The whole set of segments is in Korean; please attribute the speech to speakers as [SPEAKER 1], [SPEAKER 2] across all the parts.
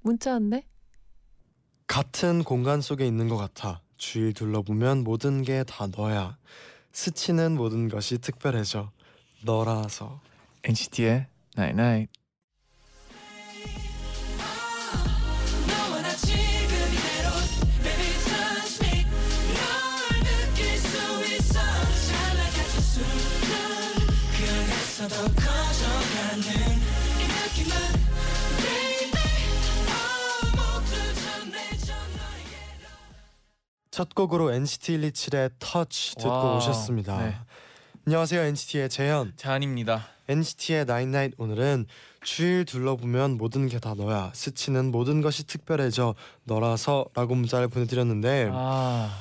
[SPEAKER 1] 문자 왔네.
[SPEAKER 2] 같은 공간 속에 있는 것 같아 주위 둘러보면 모든 게 다 너야 스치는 모든 것이 특별해져 너라서
[SPEAKER 3] NCT의 Night Night.
[SPEAKER 4] 너와 나 지금 이대로 Baby touch me 널 느낄 수 있어 잘나가진 순간 그래서 더 커져가는 이 느낌은 Baby oh 모두 전해줘 너에게로
[SPEAKER 2] 첫 곡으로 NCT 127의 Touch 듣고
[SPEAKER 3] 와우.
[SPEAKER 2] 오셨습니다
[SPEAKER 3] 네.
[SPEAKER 2] 안녕하세요 NCT의 재현
[SPEAKER 3] 잔입니다.
[SPEAKER 2] NCT의 나잇나잇 오늘은 주일 둘러보면 모든 게 다 너야 스치는 모든 것이 특별해져 너라서 라고 문자를 보내드렸는데
[SPEAKER 3] 아,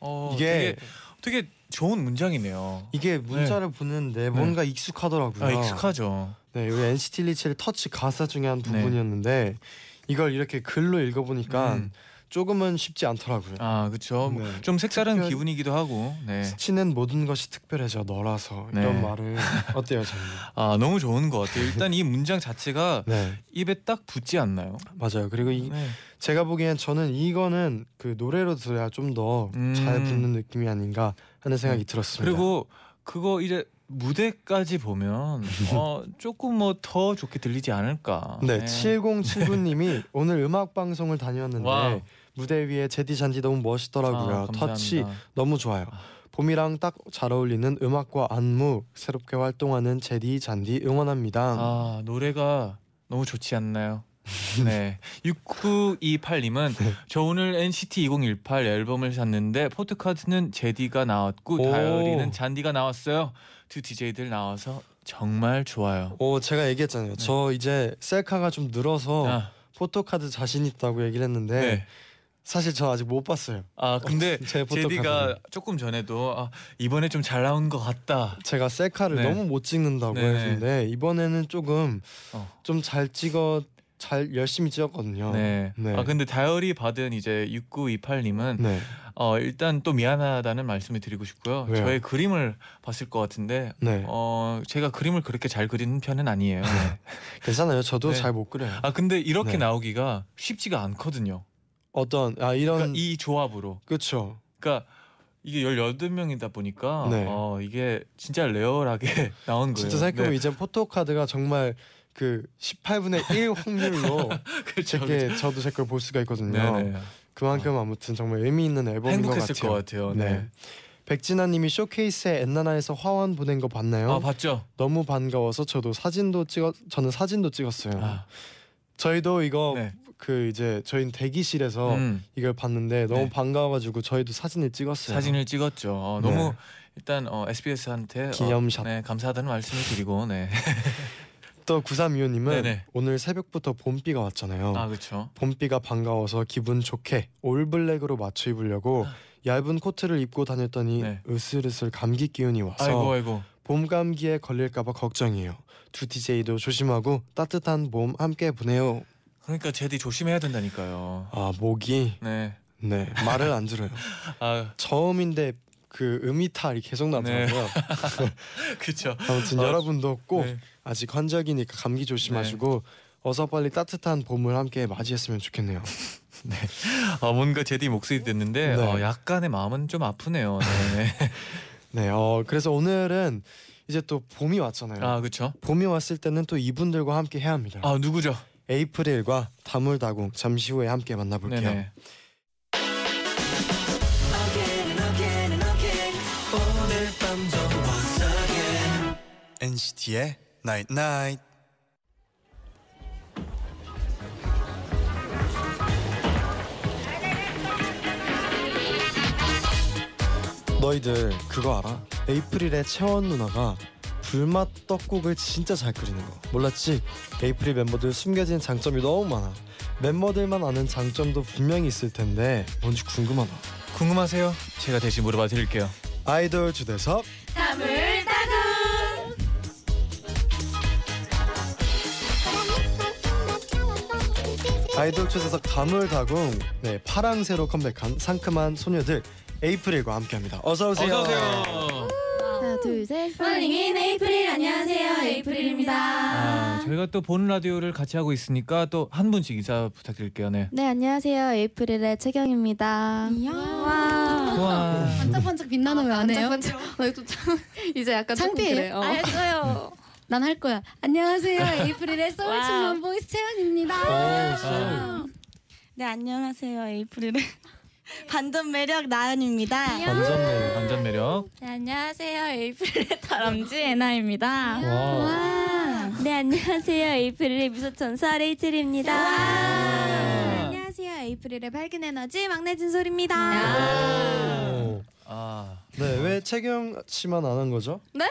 [SPEAKER 3] 어,
[SPEAKER 2] 이게-
[SPEAKER 3] 되게, 되게 좋은 문장이네요. 네.
[SPEAKER 2] 이게 문자를 보냈는데 뭔가 익숙하더라고요
[SPEAKER 3] 아, 익숙하죠.
[SPEAKER 2] 네, 여기 NCT 127의 터치 가사 중에 한
[SPEAKER 3] 네.
[SPEAKER 2] 부분이었는데 이걸 이렇게 글로 읽어보니까
[SPEAKER 3] 음.
[SPEAKER 2] 조금은 쉽지 않더라고요.
[SPEAKER 3] 아, 그렇죠.
[SPEAKER 2] 네.
[SPEAKER 3] 좀 색다른
[SPEAKER 2] 특별-
[SPEAKER 3] 기분이기도 하고. 네.
[SPEAKER 2] 스치는 모든 것이 특별해져 너라서
[SPEAKER 3] 네.
[SPEAKER 2] 이런 말을 어때요, 저는?
[SPEAKER 3] 아, 너무 좋은 것 같아요. 일단 이 문장 자체가
[SPEAKER 2] 네,
[SPEAKER 3] 입에 딱 붙지 않나요?
[SPEAKER 2] 맞아요. 그리고 이,
[SPEAKER 3] 네.
[SPEAKER 2] 제가 보기엔 저는 이거는 그 노래로 들어야 좀 더
[SPEAKER 3] 음.
[SPEAKER 2] 잘 붙는 느낌이 아닌가 하는 생각이 들었습니다.
[SPEAKER 3] 그리고 그거 이제 무대까지 보면 어, 조금 뭐 더 좋게 들리지 않을까.
[SPEAKER 2] 네, 7079님이 오늘 음악 방송을 다녀왔는데
[SPEAKER 3] 와우.
[SPEAKER 2] 무대 위에 제디 잔디 너무
[SPEAKER 3] 아,
[SPEAKER 2] 멋있더라고요.
[SPEAKER 3] 감사합니다.
[SPEAKER 2] 터치 너무 좋아요.
[SPEAKER 3] 아.
[SPEAKER 2] 봄이랑 딱 잘 어울리는 음악과 안무 새롭게 활동하는 제디 잔디 응원합니다.
[SPEAKER 3] 아 노래가 너무 좋지 않나요? 네 6928님은
[SPEAKER 2] 네.
[SPEAKER 3] 저 오늘 NCT 2018 앨범을 샀는데 포트카드는 제디가 나왔고
[SPEAKER 2] 오.
[SPEAKER 3] 다이어리는 잔디가 나왔어요 두 DJ들 나와서 정말 좋아요 네.
[SPEAKER 2] 오 제가 얘기했잖아요. 저 이제 셀카가 좀 늘어서
[SPEAKER 3] 아,
[SPEAKER 2] 포토카드 자신 있다고 얘기를 했는데
[SPEAKER 3] 네.
[SPEAKER 2] 사실 저 아직 못 봤어요.
[SPEAKER 3] 아 근데
[SPEAKER 2] 제 포토카드.
[SPEAKER 3] 제디가 조금 전에도 아, 이번에 좀 잘 나온 것 같다
[SPEAKER 2] 제가 셀카를
[SPEAKER 3] 네.
[SPEAKER 2] 너무 못 찍는다고
[SPEAKER 3] 네.
[SPEAKER 2] 했는데 이번에는 조금
[SPEAKER 3] 어.
[SPEAKER 2] 좀 잘 찍어 잘 열심히 찍었거든요.
[SPEAKER 3] 네.
[SPEAKER 2] 네.
[SPEAKER 3] 아 근데 다이어리 받은 이제 6928님은
[SPEAKER 2] 네.
[SPEAKER 3] 어 일단 또 미안하다는 말씀을 드리고 싶고요.
[SPEAKER 2] 왜요?
[SPEAKER 3] 저의 그림을 봤을 것 같은데
[SPEAKER 2] 네.
[SPEAKER 3] 어 제가 그림을 그렇게 잘 그리는 편은 아니에요.
[SPEAKER 2] 괜찮아요. 저도
[SPEAKER 3] 네.
[SPEAKER 2] 잘 못 그려요.
[SPEAKER 3] 아 근데 이렇게
[SPEAKER 2] 네.
[SPEAKER 3] 나오기가 쉽지가 않거든요.
[SPEAKER 2] 어떤 아
[SPEAKER 3] 그러니까
[SPEAKER 2] 이런
[SPEAKER 3] 이 조합으로.
[SPEAKER 2] 그렇죠.
[SPEAKER 3] 그러니까 이게 18명이다 보니까
[SPEAKER 2] 네.
[SPEAKER 3] 어 이게 진짜 레어하게 나온 거예요. 네.
[SPEAKER 2] 진짜 생각해보면 이제 포토카드가 정말 그 18분의 1 확률로
[SPEAKER 3] 그렇죠.
[SPEAKER 2] 제게 저도 제 걸 볼 수가 있거든요.
[SPEAKER 3] 네네.
[SPEAKER 2] 그만큼 아무튼 정말 의미 있는 앨범인 것
[SPEAKER 3] 행복했을
[SPEAKER 2] 같아요.
[SPEAKER 3] 것 같아요. 네.
[SPEAKER 2] 백진아님이 쇼케이스에 엔나나에서 화원 보낸 거 봤나요?
[SPEAKER 3] 아 봤죠.
[SPEAKER 2] 너무 반가워서 저도 사진도 찍어 저는 사진도 찍었어요.
[SPEAKER 3] 아,
[SPEAKER 2] 저희도 이거
[SPEAKER 3] 네.
[SPEAKER 2] 그 이제 저희는 대기실에서
[SPEAKER 3] 음.
[SPEAKER 2] 이걸 봤는데 너무
[SPEAKER 3] 네.
[SPEAKER 2] 반가워가지고 저희도 사진을 찍었어요.
[SPEAKER 3] 사진을 찍었죠. 어,
[SPEAKER 2] 네.
[SPEAKER 3] 너무 일단 어, SBS한테
[SPEAKER 2] 기념샷.
[SPEAKER 3] 어, 네, 감사하다는 말씀을 드리고 네.
[SPEAKER 2] 또 구삼이호님은
[SPEAKER 3] 네네.
[SPEAKER 2] 오늘 새벽부터 봄비가 왔잖아요.
[SPEAKER 3] 아 그렇죠.
[SPEAKER 2] 봄비가 반가워서 기분 좋게 올블랙으로 맞춰 입으려고 얇은 코트를 입고 다녔더니
[SPEAKER 3] 아. 네.
[SPEAKER 2] 으슬으슬 감기 기운이 와서
[SPEAKER 3] 아이고 아이고.
[SPEAKER 2] 봄 감기에 걸릴까봐 걱정이에요. 두 DJ도 조심하고 따뜻한 봄 함께 보내요.
[SPEAKER 3] 그러니까 제디 조심해야 된다니까요.
[SPEAKER 2] 아 목이
[SPEAKER 3] 네.
[SPEAKER 2] 네 말을 안 들어요.
[SPEAKER 3] 아 네.
[SPEAKER 2] 저음인데 그 음이탈이 계속 나더라고요.
[SPEAKER 3] 그렇죠.
[SPEAKER 2] 아무튼
[SPEAKER 3] 아,
[SPEAKER 2] 여러분도 꼭
[SPEAKER 3] 네.
[SPEAKER 2] 아직 환절기니까 감기 조심하시고 어서 빨리 따뜻한 봄을 함께 맞이했으면 좋겠네요.
[SPEAKER 3] 아 뭔가 제디 목소리 듣는데
[SPEAKER 2] 네.
[SPEAKER 3] 어, 약간의 마음은 좀 아프네요. 네.
[SPEAKER 2] 네, 어 그래서 오늘은 이제 또 봄이 왔잖아요.
[SPEAKER 3] 아 그렇죠.
[SPEAKER 2] 봄이 왔을 때는 또 이분들과 함께 해야 합니다.
[SPEAKER 3] 아 누구죠?
[SPEAKER 2] 에이프릴과 다물다궁 잠시 후에 함께 만나볼게요.
[SPEAKER 3] 네네.
[SPEAKER 4] Again and again and again 오늘 밤도 once again
[SPEAKER 2] NCT의 Night Night. 너희들 그거 알아? 에이프릴의 채원 누나가 불맛 떡국을 진짜 잘 끓이는 거 몰랐지? 에이프릴 멤버들 숨겨진 장점이 너무 많아 멤버들만 아는 장점도 분명히 있을 텐데 뭔지 궁금하다
[SPEAKER 3] 궁금하세요? 제가 대신 물어봐 드릴게요.
[SPEAKER 2] 아이돌 주대섭
[SPEAKER 1] 다물다금
[SPEAKER 2] 아이돌 추세석 다물다궁 네 파랑새로 컴백한 상큼한 소녀들 에이프릴과 함께합니다 어서 오세요
[SPEAKER 5] 하나 둘셋
[SPEAKER 1] 롤링인 에이프릴 안녕하세요 에이프릴입니다
[SPEAKER 3] 아, 저희가 또 보는 라디오를 같이 하고 있으니까 또 한 분씩 인사 부탁드릴게요. 네.
[SPEAKER 5] 네 안녕하세요 에이프릴의 채경입니다
[SPEAKER 1] 와
[SPEAKER 3] 우와.
[SPEAKER 6] 반짝반짝 빛나는 왜 안 해요?
[SPEAKER 5] 이제 약간 조금
[SPEAKER 7] 네,
[SPEAKER 6] 창피해요.
[SPEAKER 5] 그래요
[SPEAKER 6] 아, 했어요. 난 할 거야. 안녕하세요. 에이프릴의
[SPEAKER 1] 와우.
[SPEAKER 6] 소울춤원 보이스
[SPEAKER 2] 오,
[SPEAKER 6] 채연입니다.
[SPEAKER 3] 아,
[SPEAKER 7] 네 안녕하세요 에이프릴의 반전 매력 나은입니다.
[SPEAKER 2] 완전네
[SPEAKER 3] 반전 매력.
[SPEAKER 7] 네 안녕하세요 에이프릴의 다람쥐 에나입니다.
[SPEAKER 2] 와
[SPEAKER 7] 네 안녕하세요 에이프릴의 미소천사 레이첼입니다.
[SPEAKER 1] 안녕하세요 에이프릴의 밝은 에너지 막내 진솔입니다
[SPEAKER 7] 네.
[SPEAKER 3] 아,
[SPEAKER 2] 네왜 채경 씨만 안 한 거죠?
[SPEAKER 1] 네?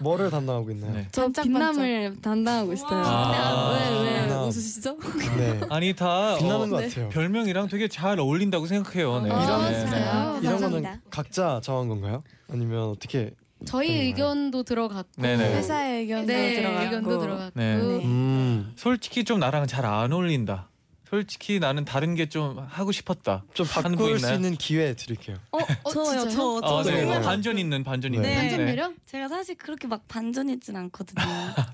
[SPEAKER 2] 뭐를 담당하고 있나요?
[SPEAKER 3] 네.
[SPEAKER 6] 저
[SPEAKER 5] 빛남을
[SPEAKER 6] 담당하고 있어요.
[SPEAKER 3] 아.
[SPEAKER 5] 네,
[SPEAKER 2] 왜, 왜
[SPEAKER 6] 웃으시죠?
[SPEAKER 2] 네.
[SPEAKER 3] 아니 다
[SPEAKER 2] 빛나는
[SPEAKER 3] 어,
[SPEAKER 2] 것 같아요.
[SPEAKER 3] 별명이랑 되게 잘 어울린다고 생각해요. 네.
[SPEAKER 6] 아,
[SPEAKER 3] 네.
[SPEAKER 6] 진짜요?
[SPEAKER 2] 이런 거는
[SPEAKER 7] 감사합니다.
[SPEAKER 2] 각자 정한 건가요? 아니면 어떻게?
[SPEAKER 6] 저희
[SPEAKER 2] 정말.
[SPEAKER 6] 의견도 들어갔고
[SPEAKER 3] 네네.
[SPEAKER 1] 회사의 의견도
[SPEAKER 6] 네,
[SPEAKER 1] 들어가고
[SPEAKER 6] 의견도 들어갔고
[SPEAKER 3] 네.
[SPEAKER 2] 음,
[SPEAKER 3] 솔직히 좀 나랑 잘 안 어울린다. 솔직히 나는 다른 게 좀 하고 싶었다.
[SPEAKER 2] 좀
[SPEAKER 3] 하는 거
[SPEAKER 2] 바꿀 수
[SPEAKER 3] 있나요?
[SPEAKER 2] 있는 기회 드릴게요.
[SPEAKER 6] 어, 어
[SPEAKER 7] 저요
[SPEAKER 6] 진짜요?
[SPEAKER 7] 저
[SPEAKER 3] 어,
[SPEAKER 7] 저
[SPEAKER 3] 네.
[SPEAKER 2] 정말
[SPEAKER 3] 반전 있는 반전 있는.
[SPEAKER 2] 네.
[SPEAKER 6] 반전 매력?
[SPEAKER 7] 제가 사실 그렇게 막 반전했진 않거든요.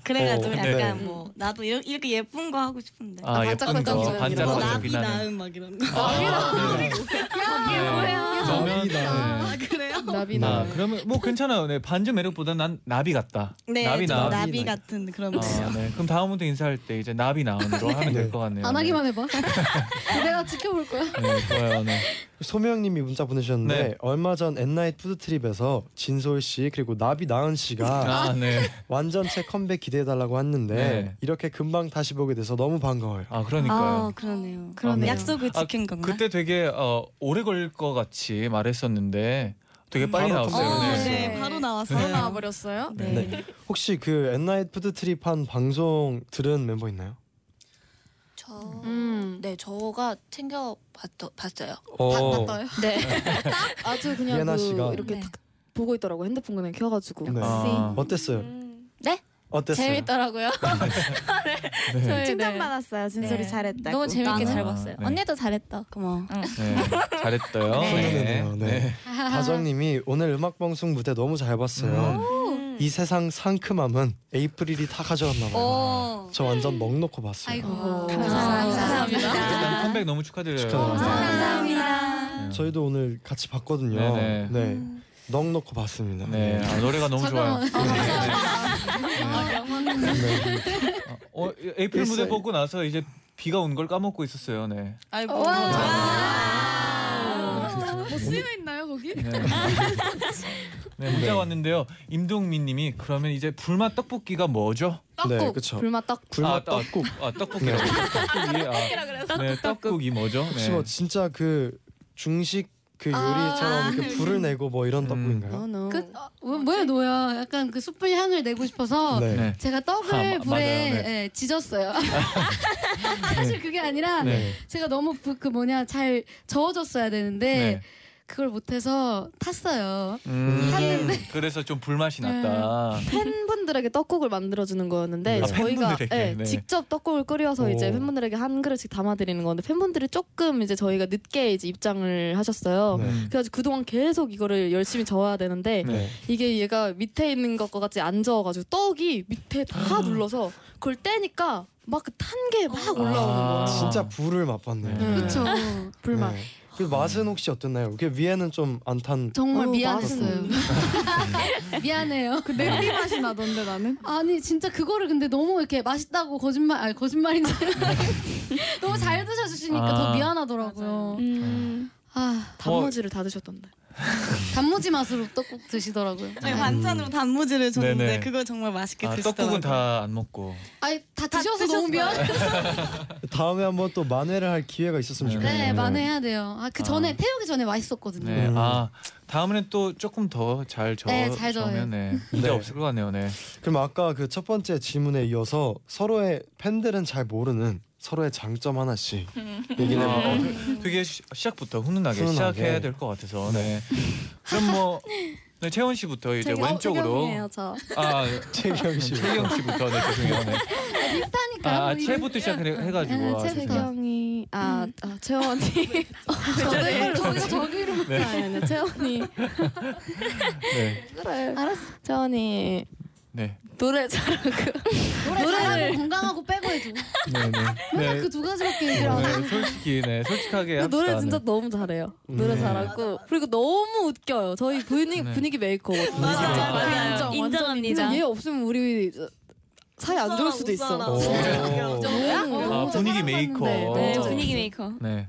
[SPEAKER 7] 그래가지고
[SPEAKER 2] 어, 네.
[SPEAKER 7] 약간 뭐 나도 이렇- 이렇게 예쁜 거 하고 싶은데.
[SPEAKER 3] 아, 예쁜
[SPEAKER 6] 반짝반짝
[SPEAKER 3] 거
[SPEAKER 6] 빛나는
[SPEAKER 7] 뭐
[SPEAKER 3] 반짝반짝
[SPEAKER 7] 네. 나비
[SPEAKER 3] 빛나는. 아,
[SPEAKER 7] 나은 막 이런 거.
[SPEAKER 3] 네. 그러면
[SPEAKER 7] 아 그래요?
[SPEAKER 6] 나비나
[SPEAKER 3] 아, 그러면 뭐 괜찮아요. 네, 반전 매력보다 난 나비 같다.
[SPEAKER 7] 네,
[SPEAKER 3] 나비
[SPEAKER 7] 좀
[SPEAKER 3] 나은.
[SPEAKER 7] 나비 같은 그런 거.
[SPEAKER 3] 아, 네. 그럼 다음부터 인사할 때 이제 나비 나은으로 하면 될 것 같네요.
[SPEAKER 6] 안 하기만 해봐. 내가 지켜볼 거야.
[SPEAKER 3] 네. 네, 좋아요. 네.
[SPEAKER 2] 소명님이 문자 보내셨는데
[SPEAKER 3] 네.
[SPEAKER 2] 얼마 전 엔나잇 푸드트립에서 진솔 씨 그리고 나비 나은 씨가
[SPEAKER 3] 아, 네.
[SPEAKER 2] 완전체 컴백 기대해달라고 했는데
[SPEAKER 3] 네.
[SPEAKER 2] 이렇게 금방 다시 보게 돼서 너무 반가워요.
[SPEAKER 3] 아,
[SPEAKER 7] 아
[SPEAKER 3] 그러니까요.
[SPEAKER 7] 그러네요.
[SPEAKER 3] 그러네요.
[SPEAKER 7] 약속을
[SPEAKER 3] 아,
[SPEAKER 7] 지킨 건가?
[SPEAKER 3] 그때 되게 어, 오래 걸릴 것 같이 말했었는데 되게 빨리
[SPEAKER 2] 바로
[SPEAKER 3] 나왔어요.
[SPEAKER 7] 어,
[SPEAKER 2] 네.
[SPEAKER 7] 네.
[SPEAKER 1] 네.
[SPEAKER 7] 바로 나왔어요.
[SPEAKER 1] 바로 나와버렸어요
[SPEAKER 7] 네.
[SPEAKER 2] 네. 혹시 그 엔나잇 푸드트립 한 방송 들은 멤버 있나요?
[SPEAKER 8] 저, 네, 저가 챙겨 봤더, 봤어요.
[SPEAKER 2] 어,
[SPEAKER 6] 맞다요?
[SPEAKER 8] 네.
[SPEAKER 5] 아주 그냥
[SPEAKER 2] 예나
[SPEAKER 5] 그
[SPEAKER 2] 씨가.
[SPEAKER 5] 이렇게
[SPEAKER 8] 네.
[SPEAKER 5] 탁 보고 있더라고 핸드폰에 켜가지고
[SPEAKER 2] 네.
[SPEAKER 3] 아,
[SPEAKER 2] 어땠어요?
[SPEAKER 8] 네?
[SPEAKER 2] 어땠어요?
[SPEAKER 8] 재밌더라고요. 네. 저희, 네.
[SPEAKER 1] 칭찬받았어요 진솔이
[SPEAKER 8] 네.
[SPEAKER 1] 잘했다고
[SPEAKER 8] 너무 재밌게
[SPEAKER 3] 아,
[SPEAKER 8] 잘 봤어요.
[SPEAKER 3] 네.
[SPEAKER 8] 언니도 잘했다.
[SPEAKER 7] 고마워.
[SPEAKER 3] 네. 잘했어요.
[SPEAKER 2] 훈훈하네요. 네. 다정님이 오늘 음악 방송 무대 너무 잘 봤어요.
[SPEAKER 3] 음.
[SPEAKER 2] 이 세상 상큼함은 에이프릴이 다 가져갔나 봐요.
[SPEAKER 4] 어.
[SPEAKER 7] 오.
[SPEAKER 2] 저 완전 넋 놓고 봤어요.
[SPEAKER 6] 아이고.
[SPEAKER 7] 감사합니다.
[SPEAKER 3] 일단 컴백 너무 축하드려요.
[SPEAKER 2] 축하드립니다.
[SPEAKER 7] 감사합니다.
[SPEAKER 3] 네.
[SPEAKER 2] 저희도 오늘 같이 봤거든요.
[SPEAKER 3] 네네.
[SPEAKER 2] 네, 넋 놓고 봤습니다.
[SPEAKER 3] 네, 아, 노래가 너무
[SPEAKER 6] 잠깐만.
[SPEAKER 3] 좋아요. 어, 에이프릴 무대
[SPEAKER 2] 일사-
[SPEAKER 3] 보고 나서 이제 비가 온 걸 까먹고 있었어요. 네.
[SPEAKER 7] 아이고.
[SPEAKER 6] 뭐 쓰여 있나요 거기?
[SPEAKER 3] 네. 네, 문자
[SPEAKER 2] 네.
[SPEAKER 3] 왔는데요. 임동민님이 그러면 이제 불맛 떡볶이가 뭐죠?
[SPEAKER 2] 네, 그쵸.
[SPEAKER 6] 불맛 떡.
[SPEAKER 2] 굴맛
[SPEAKER 3] 아, 떡-
[SPEAKER 2] 떡국. 네.
[SPEAKER 3] 아 떡볶이라고. 떡국이, 아, 네, 떡국이 뭐죠? 네.
[SPEAKER 2] 혹시 뭐 진짜 그 중식 그 요리처럼 이렇게 불을 내고 뭐 이런
[SPEAKER 3] 음.
[SPEAKER 2] 떡국인가요?
[SPEAKER 5] 너너
[SPEAKER 6] 그 어, 뭐- 뭐야 너야? 약간 그 숯불 향을 내고 싶어서
[SPEAKER 2] 네.
[SPEAKER 3] 네.
[SPEAKER 6] 제가
[SPEAKER 3] 아,
[SPEAKER 6] 떡을
[SPEAKER 3] 마-
[SPEAKER 6] 불에
[SPEAKER 3] 맞아요, 네.
[SPEAKER 6] 예, 지졌어요. 사실 그게 아니라
[SPEAKER 3] 네.
[SPEAKER 6] 제가 너무 부- 그 뭐냐 잘 저어줬어야 되는데 그걸 못해서 탔어요.
[SPEAKER 3] 네. 음,
[SPEAKER 6] 탔는데 네.
[SPEAKER 3] 그래서 좀 불맛이 났다.
[SPEAKER 5] 팬분들에게 떡국을 만들어주는 거였는데
[SPEAKER 2] 아,
[SPEAKER 5] 저희가
[SPEAKER 3] 음. 팬분들에게,
[SPEAKER 5] 예,
[SPEAKER 3] 네.
[SPEAKER 5] 직접 떡국을 끓여서
[SPEAKER 2] 오.
[SPEAKER 5] 이제 팬분들에게 한 그릇씩 담아드리는 건데 팬분들이 조금 이제 저희가 늦게 이제 입장을 하셨어요.
[SPEAKER 2] 네.
[SPEAKER 3] 음.
[SPEAKER 5] 그래가지고 그동안 계속 이거를 열심히 저어야 되는데
[SPEAKER 3] 네.
[SPEAKER 5] 이게 얘가 밑에 있는 것과 같이 안 저어가지고 떡이 밑에
[SPEAKER 3] 아.
[SPEAKER 5] 다 눌러서 그걸 떼니까 막 탄 게 막 올라오는 거야.
[SPEAKER 3] 아.
[SPEAKER 2] 진짜 불을 맛봤네요.
[SPEAKER 3] 네.
[SPEAKER 6] 그쵸.
[SPEAKER 5] 불맛.
[SPEAKER 2] 네. 그 맛은 혹시 어땠나요? 그 위에는 좀 안탄
[SPEAKER 6] 정말
[SPEAKER 5] 어,
[SPEAKER 6] 미안했어요. 미안해요. 근데
[SPEAKER 1] 냄비 맛이 나던데 나는
[SPEAKER 6] 아니 진짜 그거를 근데 너무 이렇게 맛있다고 거짓말 아니 거짓말인지 너무 잘 드셔주시니까
[SPEAKER 3] 아.
[SPEAKER 6] 더 미안하더라고요. 아
[SPEAKER 3] 음.
[SPEAKER 5] 단무지를 다 드셨던데.
[SPEAKER 6] 단무지 맛으로 떡국 드시더라고요.
[SPEAKER 7] 저희 네, 반찬으로 단무지를 줬는데
[SPEAKER 3] 음. 네네.
[SPEAKER 7] 그걸 정말 맛있게
[SPEAKER 3] 아,
[SPEAKER 7] 드시더라고요.
[SPEAKER 3] 떡국은 다 안 먹고.
[SPEAKER 6] 아니 다 드셔서 너무 미안.
[SPEAKER 2] 다음에 한번 또 만회를 할 기회가 있었으면
[SPEAKER 3] 네.
[SPEAKER 2] 좋겠네요.
[SPEAKER 6] 네, 만회해야 돼요. 아 그 전에
[SPEAKER 3] 아.
[SPEAKER 6] 태우기 전에 맛있었거든요.
[SPEAKER 3] 네.
[SPEAKER 2] 음.
[SPEAKER 3] 아 다음에는 또 조금 더 잘 저.
[SPEAKER 6] 네, 잘 저어요.
[SPEAKER 3] 저으면, 네. 문제
[SPEAKER 2] 네.
[SPEAKER 3] 없을 것 같네요. 네.
[SPEAKER 2] 그럼 아까 그 첫 번째 질문에 이어서 서로의 팬들은 잘 모르는 서로의 장점 하나씩 얘기해
[SPEAKER 3] 아,
[SPEAKER 2] 볼까요?
[SPEAKER 6] 네.
[SPEAKER 3] 어, 되게 시, 시작부터 훈훈하게,
[SPEAKER 2] 훈훈하게.
[SPEAKER 3] 시작해야 될 것 같아서. 네. 그럼 뭐 네, 채원 씨부터 이제
[SPEAKER 9] 되게
[SPEAKER 3] 왼쪽으로.
[SPEAKER 9] 어색해요, 저.
[SPEAKER 3] 아
[SPEAKER 2] 최경 씨.
[SPEAKER 3] 최경 씨부터 네, 죄송해요. 네.
[SPEAKER 6] 아, 비슷하니까.
[SPEAKER 3] 아, 아
[SPEAKER 6] 뭐 이거-
[SPEAKER 3] 채부터 시작해가지고.
[SPEAKER 6] 네,
[SPEAKER 3] 아,
[SPEAKER 6] 채부터.
[SPEAKER 3] 죄송해요.
[SPEAKER 9] 채영이 아, 아 채원이
[SPEAKER 6] 음. 저도 저희가 저기 이름
[SPEAKER 9] 네. 아니 아니 채원이
[SPEAKER 3] 네.
[SPEAKER 9] 그래
[SPEAKER 6] 알았어.
[SPEAKER 9] 채원이
[SPEAKER 3] 네.
[SPEAKER 9] 노래 잘하고
[SPEAKER 6] 노래 잘하고 건강하고 빼고 해줘.
[SPEAKER 3] 네. 네.
[SPEAKER 6] 맨날
[SPEAKER 3] 네.
[SPEAKER 6] 그 두 가지밖에 얘기를 안그 해.
[SPEAKER 3] 네, 솔직히 네 솔직하게
[SPEAKER 9] 근데
[SPEAKER 3] 합시다.
[SPEAKER 9] 노래
[SPEAKER 3] 네.
[SPEAKER 9] 진짜 너무 잘해요 노래
[SPEAKER 2] 네.
[SPEAKER 9] 잘하고 그리고 너무 웃겨요 저희 분위기
[SPEAKER 3] 네.
[SPEAKER 9] 분위기 메이커거든요
[SPEAKER 7] 맞아요. 맞아요.
[SPEAKER 1] 인정,
[SPEAKER 9] 인정합니다 얘 없으면 우리 사이 안 좋을 수도 있어
[SPEAKER 2] 오.
[SPEAKER 3] 아,
[SPEAKER 6] 너무
[SPEAKER 3] 분위기
[SPEAKER 6] 사랑받는데.
[SPEAKER 3] 메이커.
[SPEAKER 9] 네,
[SPEAKER 3] 어.
[SPEAKER 9] 분위기
[SPEAKER 7] 메이커.
[SPEAKER 3] 네.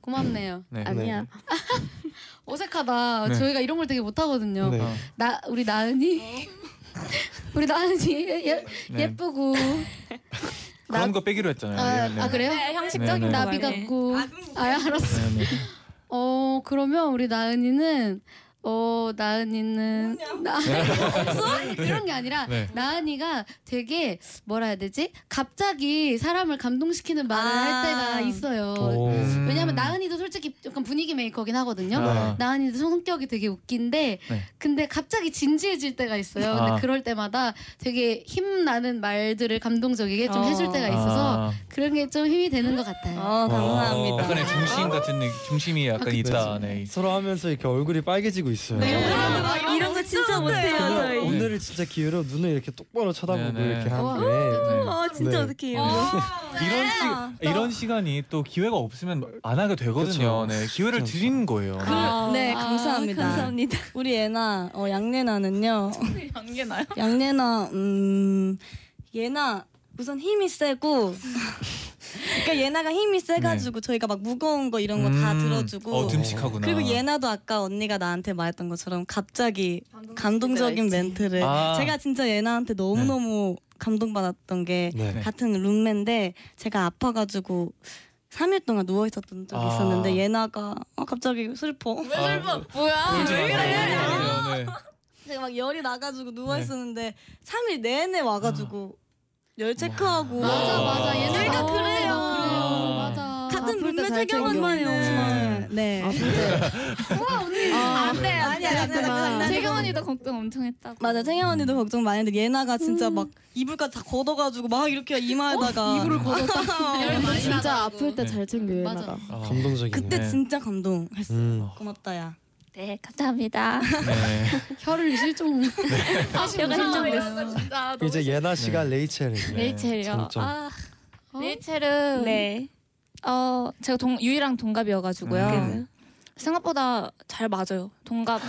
[SPEAKER 6] 고맙네요.
[SPEAKER 3] 네.
[SPEAKER 9] 아니야
[SPEAKER 6] 어색하다.
[SPEAKER 3] 네.
[SPEAKER 6] 저희가 이런 걸 되게 못하거든요.
[SPEAKER 2] 네.
[SPEAKER 3] 어,
[SPEAKER 6] 나 우리 나은이 우리 나은이 예, 예,
[SPEAKER 3] 네.
[SPEAKER 6] 예쁘고
[SPEAKER 3] 그런 거 빼기로 했잖아요.
[SPEAKER 6] 아,
[SPEAKER 3] 네, 네.
[SPEAKER 6] 아 그래요?
[SPEAKER 3] 형식적인 네, 네.
[SPEAKER 6] 나비 같고 아 알았어.
[SPEAKER 3] 네, 네.
[SPEAKER 6] 어 그러면 우리 나은이는 어 나은이는 나 그런 게 아니라
[SPEAKER 3] 네.
[SPEAKER 6] 나은이가 되게 뭐라 해야 되지? 갑자기 사람을 감동시키는 말을 할 때가 있어요.
[SPEAKER 2] 오.
[SPEAKER 3] 음.
[SPEAKER 6] 왜냐면 나은이도 솔직히 약간 분위기 메이커긴 하거든요.
[SPEAKER 3] 아.
[SPEAKER 6] 나은이도 성격이 되게 웃긴데
[SPEAKER 3] 네.
[SPEAKER 6] 근데 갑자기 진지해질 때가 있어요. 근데
[SPEAKER 3] 아.
[SPEAKER 6] 그럴 때마다 되게 힘나는 말들을 감동적이게 좀
[SPEAKER 7] 어.
[SPEAKER 6] 해줄 때가 있어서
[SPEAKER 3] 아.
[SPEAKER 6] 그런 게 좀 힘이 되는 것 같아요.
[SPEAKER 7] 어,
[SPEAKER 3] 어,
[SPEAKER 7] 감사합니다.
[SPEAKER 3] 약간의 중심 같은 느낌, 중심이 약간 있다. 네.
[SPEAKER 2] 서로 하면서 이렇게 얼굴이 빨개지고 있어요.
[SPEAKER 4] 네.
[SPEAKER 9] 이런 거 진짜 못해요
[SPEAKER 2] 근데
[SPEAKER 9] 저희
[SPEAKER 2] 오늘을 진짜 기회로 눈을 이렇게 똑바로
[SPEAKER 3] 네,
[SPEAKER 2] 쳐다보고
[SPEAKER 3] 네.
[SPEAKER 2] 이렇게
[SPEAKER 6] 어,
[SPEAKER 2] 하는 게
[SPEAKER 3] 네.
[SPEAKER 9] 아
[SPEAKER 2] 네.
[SPEAKER 9] 진짜 어떡해
[SPEAKER 7] 네.
[SPEAKER 3] 이런 시 이런 시간이 또 기회가 없으면 안 하게 되거든요.
[SPEAKER 2] 그쵸.
[SPEAKER 3] 네. 기회를
[SPEAKER 2] 그쵸.
[SPEAKER 3] 드린 거예요. 네.
[SPEAKER 7] 네, 감사합니다.
[SPEAKER 9] 감사합니다
[SPEAKER 7] 우리 애나 어, 양내나는요.
[SPEAKER 9] 양계나요?
[SPEAKER 7] 양내나 음 얘나 우선 힘이 세고 그러니까 얘나가 힘이 세가지고 저희가 막 무거운 거 이런 거 다
[SPEAKER 3] 네. 음.
[SPEAKER 7] 들어주고
[SPEAKER 3] 어, 듬직하구나.
[SPEAKER 7] 그리고 얘나도 아까 언니가 나한테 말했던 것처럼 갑자기 감동적인 멘트를
[SPEAKER 3] 아.
[SPEAKER 7] 제가 진짜 얘나한테 너무 너무 감동받았던 게
[SPEAKER 2] 네.
[SPEAKER 3] 네.
[SPEAKER 7] 같은 룸메인데 제가 아파가지고 3일 동안 누워 있었던 적이
[SPEAKER 3] 아.
[SPEAKER 7] 있었는데 얘나가 어, 갑자기 슬퍼
[SPEAKER 3] 아,
[SPEAKER 9] 뭐야
[SPEAKER 3] 울지 마세요. 네, 네.
[SPEAKER 7] 제가 막 열이 나가지고 누워 있었는데 3일 내내 와가지고 열 체크하고
[SPEAKER 6] 맞아 맞아
[SPEAKER 3] 아.
[SPEAKER 6] 얘네가
[SPEAKER 7] 저희가
[SPEAKER 6] 나올 때막
[SPEAKER 7] 그래요.
[SPEAKER 6] 그래요.
[SPEAKER 3] 아.
[SPEAKER 6] 맞아.
[SPEAKER 7] 같은
[SPEAKER 9] 아플 때
[SPEAKER 7] 룸메
[SPEAKER 9] 잘
[SPEAKER 7] 체격만
[SPEAKER 9] 챙겨.
[SPEAKER 7] 요 네.
[SPEAKER 6] 우와 언니.
[SPEAKER 7] 안돼 아니 아니 아니
[SPEAKER 9] 재경
[SPEAKER 6] 언니도 걱정 엄청 했다고.
[SPEAKER 7] 맞아 채경 언니도 걱정 많이 했는데 예나가 진짜 막 이불까지 다 걷어가지고 막 이렇게 이마에다가 이불을 걷었다
[SPEAKER 9] 진짜 아플
[SPEAKER 3] 네.
[SPEAKER 9] 때 잘 챙겨요
[SPEAKER 6] 맞아.
[SPEAKER 9] 얘나가
[SPEAKER 3] 아,
[SPEAKER 2] 감동적이네.
[SPEAKER 7] 그때
[SPEAKER 3] 네.
[SPEAKER 7] 진짜 감동했어
[SPEAKER 2] 음.
[SPEAKER 7] 고맙다야
[SPEAKER 9] 네 감사합니다
[SPEAKER 3] 네.
[SPEAKER 6] 혀를 실종.
[SPEAKER 8] 네.
[SPEAKER 9] 혀가
[SPEAKER 6] 실종됐어.
[SPEAKER 2] 이제 예나 씨가
[SPEAKER 3] 네.
[SPEAKER 2] 레이첼이에요.
[SPEAKER 8] 레이첼이요.
[SPEAKER 2] 장점.
[SPEAKER 8] 아, 레이첼은
[SPEAKER 7] 네
[SPEAKER 8] 어 제가 동, 유이랑 동갑이어가지고요.
[SPEAKER 1] 네.
[SPEAKER 3] 음.
[SPEAKER 8] 생각보다 잘 맞아요. 동갑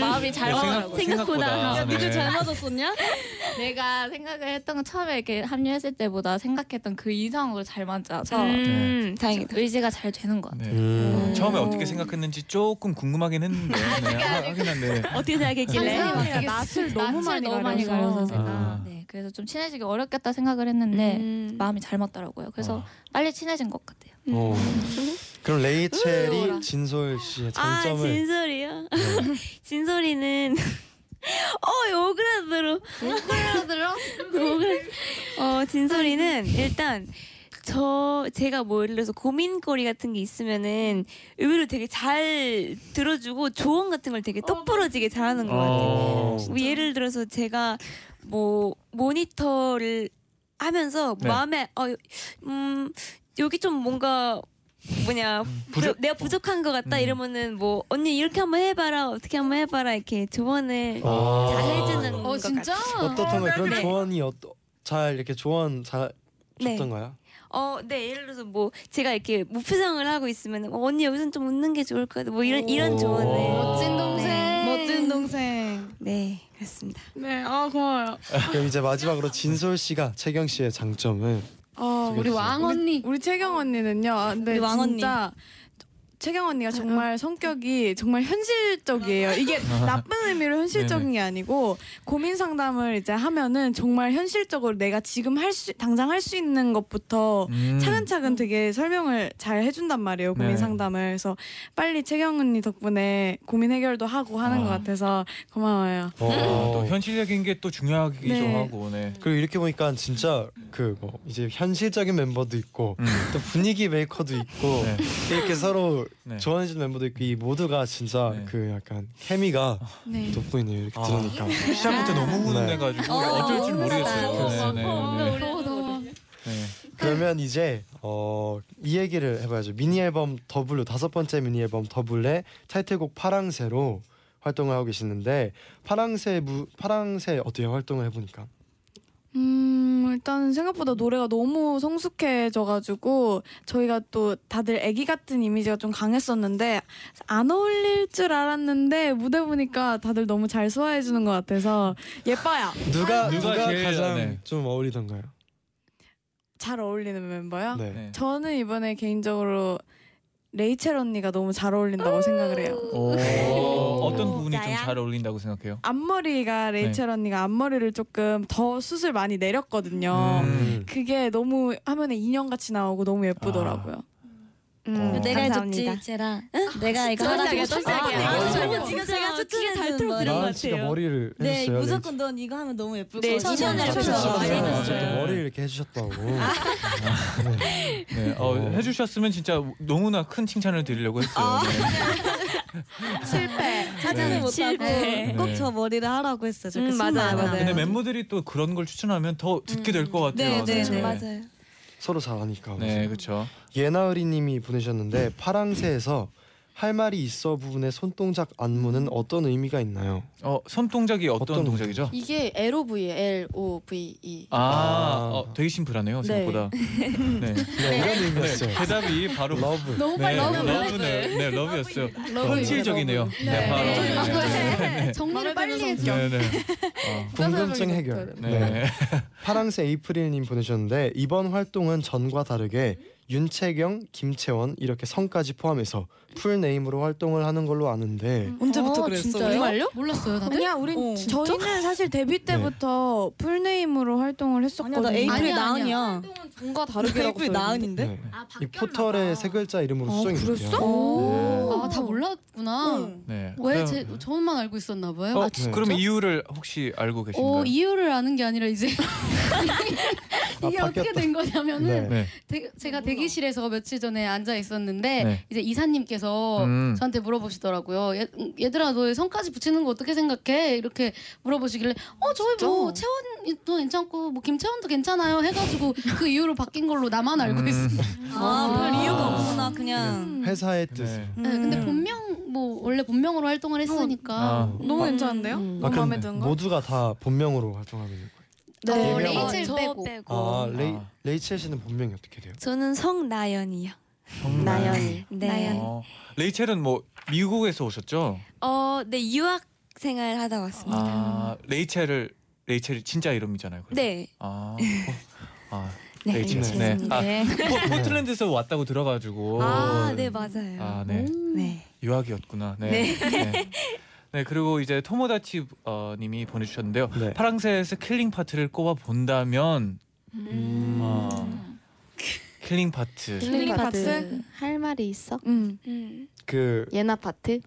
[SPEAKER 8] 마음이 잘
[SPEAKER 3] 네,
[SPEAKER 8] 맞아요.
[SPEAKER 3] 생각보다. 네.
[SPEAKER 7] 니들 잘 맞았었냐?
[SPEAKER 8] 내가 생각을 했던 건 처음에 이렇게 합류했을 때보다 생각했던 그 이상으로 잘 맞아서
[SPEAKER 3] 음,
[SPEAKER 8] 다행이다. 의지가 잘 되는 것 같아요.
[SPEAKER 3] 네.
[SPEAKER 2] 음.
[SPEAKER 3] 처음에 어떻게 생각했는지 조금 궁금하긴 했는데 네, 하- 하긴 한데
[SPEAKER 10] 네.
[SPEAKER 7] 어떻게 생각했길래?
[SPEAKER 8] 상상이랑 아, 낯을
[SPEAKER 9] 너무 많이 가려서.
[SPEAKER 8] 제가
[SPEAKER 3] 아.
[SPEAKER 8] 네, 그래서 좀 친해지기 어렵겠다 생각을 했는데 마음이 잘 맞더라고요. 그래서 빨리 친해진 것 같아요.
[SPEAKER 2] 오. 그럼
[SPEAKER 8] 어라.
[SPEAKER 2] 레이첼이 진솔 씨의
[SPEAKER 10] 아
[SPEAKER 2] 네, 장점을 네.
[SPEAKER 10] 진솔이요? 진솔이는 어 요그라드로
[SPEAKER 6] 들어?
[SPEAKER 10] 어 진솔이는 일단 저 제가 뭐 예를 들어서 고민거리 같은 게 있으면은 의외로 되게 잘 들어주고 네. 조언 같은 걸 되게 똑부러지게 잘하는 것 같아요.
[SPEAKER 2] 오.
[SPEAKER 10] 뭐 예를 들어서 제가 뭐 모니터를 하면서
[SPEAKER 3] 네.
[SPEAKER 10] 마음에 어, 어음 여기 좀 뭔가 뭐냐
[SPEAKER 3] 부족-
[SPEAKER 10] 부- 내가 부족한 것 같다
[SPEAKER 3] 음.
[SPEAKER 10] 이러면은 뭐 언니 이렇게 한번 해봐라 어떻게 한번 해봐라 이렇게 조언을
[SPEAKER 2] 아.
[SPEAKER 10] 잘 해주는 것
[SPEAKER 6] 어 진짜?
[SPEAKER 2] 어떻던가요? 그런
[SPEAKER 10] 네.
[SPEAKER 2] 조언이 어떠, 잘 이렇게 조언 잘
[SPEAKER 10] 네.
[SPEAKER 2] 줬던가요?
[SPEAKER 10] 어, 네, 예를 들어서 뭐 제가 이렇게 무표정을 하고 있으면 어, 언니 여기선 좀 웃는 게 좋을 것 같아. 뭐 이런 이런 조언을.
[SPEAKER 6] 멋진 동생.
[SPEAKER 7] 멋진 동생
[SPEAKER 10] 네, 그렇습니다.
[SPEAKER 9] 네, 아 고마워요.
[SPEAKER 2] 그럼 이제 마지막으로 진솔 씨가 채경 씨의 장점을
[SPEAKER 9] 아
[SPEAKER 6] 우리 왕 언니.
[SPEAKER 9] 우리 채경 언니는요. 아, 근데
[SPEAKER 7] 우리 왕 언니.
[SPEAKER 9] 진짜
[SPEAKER 1] 채경 네, 언니가 정말 성격이 정말 현실적이에요. 이게 나쁜 의미로 현실적인 게 아니고 고민 상담을 이제 하면은 정말 현실적으로 내가 지금 할 수 당장 할 수 있는 것부터
[SPEAKER 3] 음.
[SPEAKER 1] 차근차근 되게 설명을 잘 해준단 말이에요. 고민
[SPEAKER 3] 네.
[SPEAKER 1] 상담을 그래서 빨리 채경 언니 덕분에 고민 해결도 하고 하는 것 같아서 고마워요.
[SPEAKER 3] 어, 아, 또 현실적인 게 또 중요하기도
[SPEAKER 1] 네.
[SPEAKER 3] 하고 네.
[SPEAKER 2] 그리고 이렇게 보니까 진짜 그뭐 이제 현실적인 멤버도 있고
[SPEAKER 3] 음.
[SPEAKER 2] 또 분위기 메이커도 있고
[SPEAKER 3] 네.
[SPEAKER 2] 이렇게 서로 좋아해주는 멤버도 있고 이 모두가 진짜
[SPEAKER 3] 네.
[SPEAKER 2] 그 약간 케미가
[SPEAKER 1] 네.
[SPEAKER 2] 돋보이네요 이렇게 들으니까 네.
[SPEAKER 3] 시작부터 아. 너무 훈훈해가지고 어쩔 줄 모르겠어요. 네, 네, 네.
[SPEAKER 2] 그러면 이제 어, 이 얘기를 해봐야죠. 미니 앨범 더블루 다섯 번째 미니 앨범 더블의 타이틀곡 파랑새로 활동을 하고 계시는데 파랑새 무 파랑새 어때요 활동을 해보니까?
[SPEAKER 1] 음 일단 생각보다 노래가 너무 성숙해져가지고 저희가 또 다들 애기 같은 이미지가 좀 강했었는데 안 어울릴 줄 알았는데 무대 보니까 다들 너무 잘 소화해 주는 것 같아서 예뻐요.
[SPEAKER 2] 누가
[SPEAKER 3] 누가
[SPEAKER 2] 누가,
[SPEAKER 3] 제일,
[SPEAKER 2] 가장
[SPEAKER 3] 네.
[SPEAKER 2] 좀 어울리던가요?
[SPEAKER 1] 잘 어울리는 멤버요?
[SPEAKER 2] 네. 네.
[SPEAKER 1] 저는 이번에 개인적으로 레이첼 언니가 너무 잘 어울린다고 생각을 해요.
[SPEAKER 3] 오, 어떤 부분이 좀 잘 어울린다고 생각해요?
[SPEAKER 1] 앞머리가
[SPEAKER 7] 네.
[SPEAKER 1] 레이첼 언니가 앞머리를 조금 더 수술 많이 내렸거든요.
[SPEAKER 3] 음.
[SPEAKER 1] 그게 너무 화면에 인형같이 나오고 너무 예쁘더라고요.
[SPEAKER 7] 아.
[SPEAKER 1] 어.
[SPEAKER 6] 음,
[SPEAKER 7] 내가
[SPEAKER 1] 감사합니다.
[SPEAKER 7] 해줬지 제라 내가 이거
[SPEAKER 6] 진짜야, 진짜야.
[SPEAKER 7] 아,
[SPEAKER 6] 아,
[SPEAKER 7] 저거
[SPEAKER 6] 진짜.
[SPEAKER 7] 지금 제가
[SPEAKER 6] 귀에
[SPEAKER 7] 추천해
[SPEAKER 6] 닳도록
[SPEAKER 7] 주는
[SPEAKER 6] 들은
[SPEAKER 7] 거예요.
[SPEAKER 6] 것
[SPEAKER 2] 나은 씨가
[SPEAKER 6] 같아요.
[SPEAKER 2] 머리를
[SPEAKER 7] 네
[SPEAKER 2] 해주세요.
[SPEAKER 7] 무조건 넌 이거 하면 너무 예쁠
[SPEAKER 6] 네,
[SPEAKER 7] 것 같아
[SPEAKER 6] 추천을
[SPEAKER 7] 추천을 해주셔서
[SPEAKER 6] 해주셔서 많이
[SPEAKER 7] 많이 해줬어요
[SPEAKER 6] 해주세요.
[SPEAKER 2] 네. 아, 또 머리를 이렇게 해주셨다고. 아,
[SPEAKER 3] 네, 어, 해주셨으면 진짜 너무나 큰 칭찬을 드리려고 했어요.
[SPEAKER 7] 실패
[SPEAKER 3] 네.
[SPEAKER 7] 사진을
[SPEAKER 3] 실패.
[SPEAKER 7] 못하고
[SPEAKER 2] 네.
[SPEAKER 7] 꼭 저 머리를 하라고 했어요 저렇게 음, 맞아요
[SPEAKER 3] 네. 근데 멤버들이 또 그런 걸 추천하면 더 듣게 될 것 같아요.
[SPEAKER 7] 네, 맞아요
[SPEAKER 2] 서로 잘하니까.
[SPEAKER 3] 네, 그렇죠.
[SPEAKER 2] 예나으리님이 보내셨는데 파랑새에서 할 말이 있어 부분의 손동작 안무는 어떤 의미가 있나요?
[SPEAKER 3] 어, 손동작이 어떤, 동작이죠?
[SPEAKER 11] 이게 L O V L O V E.
[SPEAKER 3] 아, 어, 되게 심플하네요
[SPEAKER 11] 네.
[SPEAKER 3] 생각보다. 네,
[SPEAKER 2] 이런 의미였어요.
[SPEAKER 3] 대답이 바로 러브.
[SPEAKER 11] 너무 빨리
[SPEAKER 3] 러브,
[SPEAKER 11] 러브네.
[SPEAKER 3] 네, 네, 러브였어요.
[SPEAKER 11] 러브.
[SPEAKER 3] 현실적이네요.
[SPEAKER 11] 러브.
[SPEAKER 3] 네, 바로.
[SPEAKER 11] 네.
[SPEAKER 3] 네,
[SPEAKER 11] 정리를 빨리 해줘.
[SPEAKER 3] 네, 네.
[SPEAKER 2] 궁금증 해결.
[SPEAKER 3] 네.
[SPEAKER 2] 네. 파랑새 에이프릴님 보내셨는데 이번 활동은 전과 다르게 윤채경, 김채원 이렇게 성까지 포함해서 풀 네임으로 활동을 하는 걸로 아는데
[SPEAKER 7] 언제부터
[SPEAKER 1] 어,
[SPEAKER 7] 그랬어요?
[SPEAKER 1] 진짜요?
[SPEAKER 11] 정말요? 몰랐어요 다들?
[SPEAKER 1] 아니야, 우린
[SPEAKER 7] 어, 네.
[SPEAKER 1] 진- 저희는 사실 데뷔 때부터 풀네임으로 활동을 했었거든요.
[SPEAKER 7] 아니야, 어, 나 에이프릴
[SPEAKER 11] 아니야, 아니야.
[SPEAKER 7] 나은이야
[SPEAKER 11] 뭔가 다르게라고
[SPEAKER 7] 에이프릴 나은인데?
[SPEAKER 2] 네. 이 포털의 세 글자 이름으로 수정이 됐대요.
[SPEAKER 6] 아 다 몰랐구나.
[SPEAKER 3] 네.
[SPEAKER 6] 왜
[SPEAKER 3] 그럼-
[SPEAKER 6] 제, 저만 알고 있었나 봐요.
[SPEAKER 3] 어,
[SPEAKER 6] 아, 진짜?
[SPEAKER 3] 그러면 이유를 혹시 알고 계신가요?
[SPEAKER 6] 어, 이유를 아는 게 아니라 이제 이게
[SPEAKER 3] 아,
[SPEAKER 6] 어떻게
[SPEAKER 3] 바뀌었다.
[SPEAKER 6] 된 거냐면은
[SPEAKER 3] 네.
[SPEAKER 6] 대- 제가 대기실에서 며칠 전에 앉아 있었는데
[SPEAKER 3] 네.
[SPEAKER 6] 이제 이사님께서
[SPEAKER 3] 음.
[SPEAKER 6] 저한테 물어보시더라고요. 얘, 음, 얘들아 너의 성까지 붙이는 거 어떻게 생각해? 이렇게 물어보시길래 어 저희 뭐 채원도 괜찮고 뭐 김채원도 괜찮아요 해가지고 그 이유로 바뀐 걸로 나만 알고
[SPEAKER 3] 음.
[SPEAKER 6] 있어요.
[SPEAKER 7] 아별 그 이유가 없구나 그냥
[SPEAKER 2] 음. 회사의 뜻.
[SPEAKER 6] 네,
[SPEAKER 1] 음.
[SPEAKER 6] 근데 본명 뭐 원래 본명으로 활동을 했으니까
[SPEAKER 2] 아.
[SPEAKER 1] 너무 괜찮은데요?
[SPEAKER 2] 아,
[SPEAKER 1] 너무
[SPEAKER 2] 그럼
[SPEAKER 1] 마음에 드는 거.
[SPEAKER 2] 모두가 다 본명으로 활동하고 있는 거예요.
[SPEAKER 6] 네.
[SPEAKER 2] 예명.
[SPEAKER 6] 레이첼
[SPEAKER 10] 어, 저
[SPEAKER 6] 빼고.
[SPEAKER 10] 빼고.
[SPEAKER 2] 아, 레이, 레이첼 씨는 본명이 어떻게 돼요?
[SPEAKER 10] 저는 성나연이요.
[SPEAKER 3] 나연이.
[SPEAKER 10] 네.
[SPEAKER 3] 어, 레이첼은 뭐 미국에서 오셨죠?
[SPEAKER 10] 어, 네 유학 생활 하다 왔습니다.
[SPEAKER 3] 아, 레이첼을 레이첼이 진짜 이름이잖아요. 그럼.
[SPEAKER 10] 네.
[SPEAKER 3] 아, 어, 아
[SPEAKER 10] 네,
[SPEAKER 3] 레이첼.
[SPEAKER 10] 레이첼입니다.
[SPEAKER 3] 아,
[SPEAKER 10] 네.
[SPEAKER 3] 포, 포틀랜드에서 왔다고 들어가지고.
[SPEAKER 10] 아, 네 맞아요.
[SPEAKER 3] 아, 네.
[SPEAKER 10] 네.
[SPEAKER 3] 유학이었구나. 네.
[SPEAKER 10] 네.
[SPEAKER 3] 네. 네, 그리고 이제 토모다치 어, 님이 보내주셨는데요.
[SPEAKER 2] 네.
[SPEAKER 3] 파랑새에서 킬링 파트를 꼽아 본다면
[SPEAKER 6] 네.
[SPEAKER 3] 어, 킬링 파트.
[SPEAKER 1] 킬링 파트?
[SPEAKER 5] 할 말이 있어?
[SPEAKER 1] 음.
[SPEAKER 2] 그 어,
[SPEAKER 5] 예나 파트?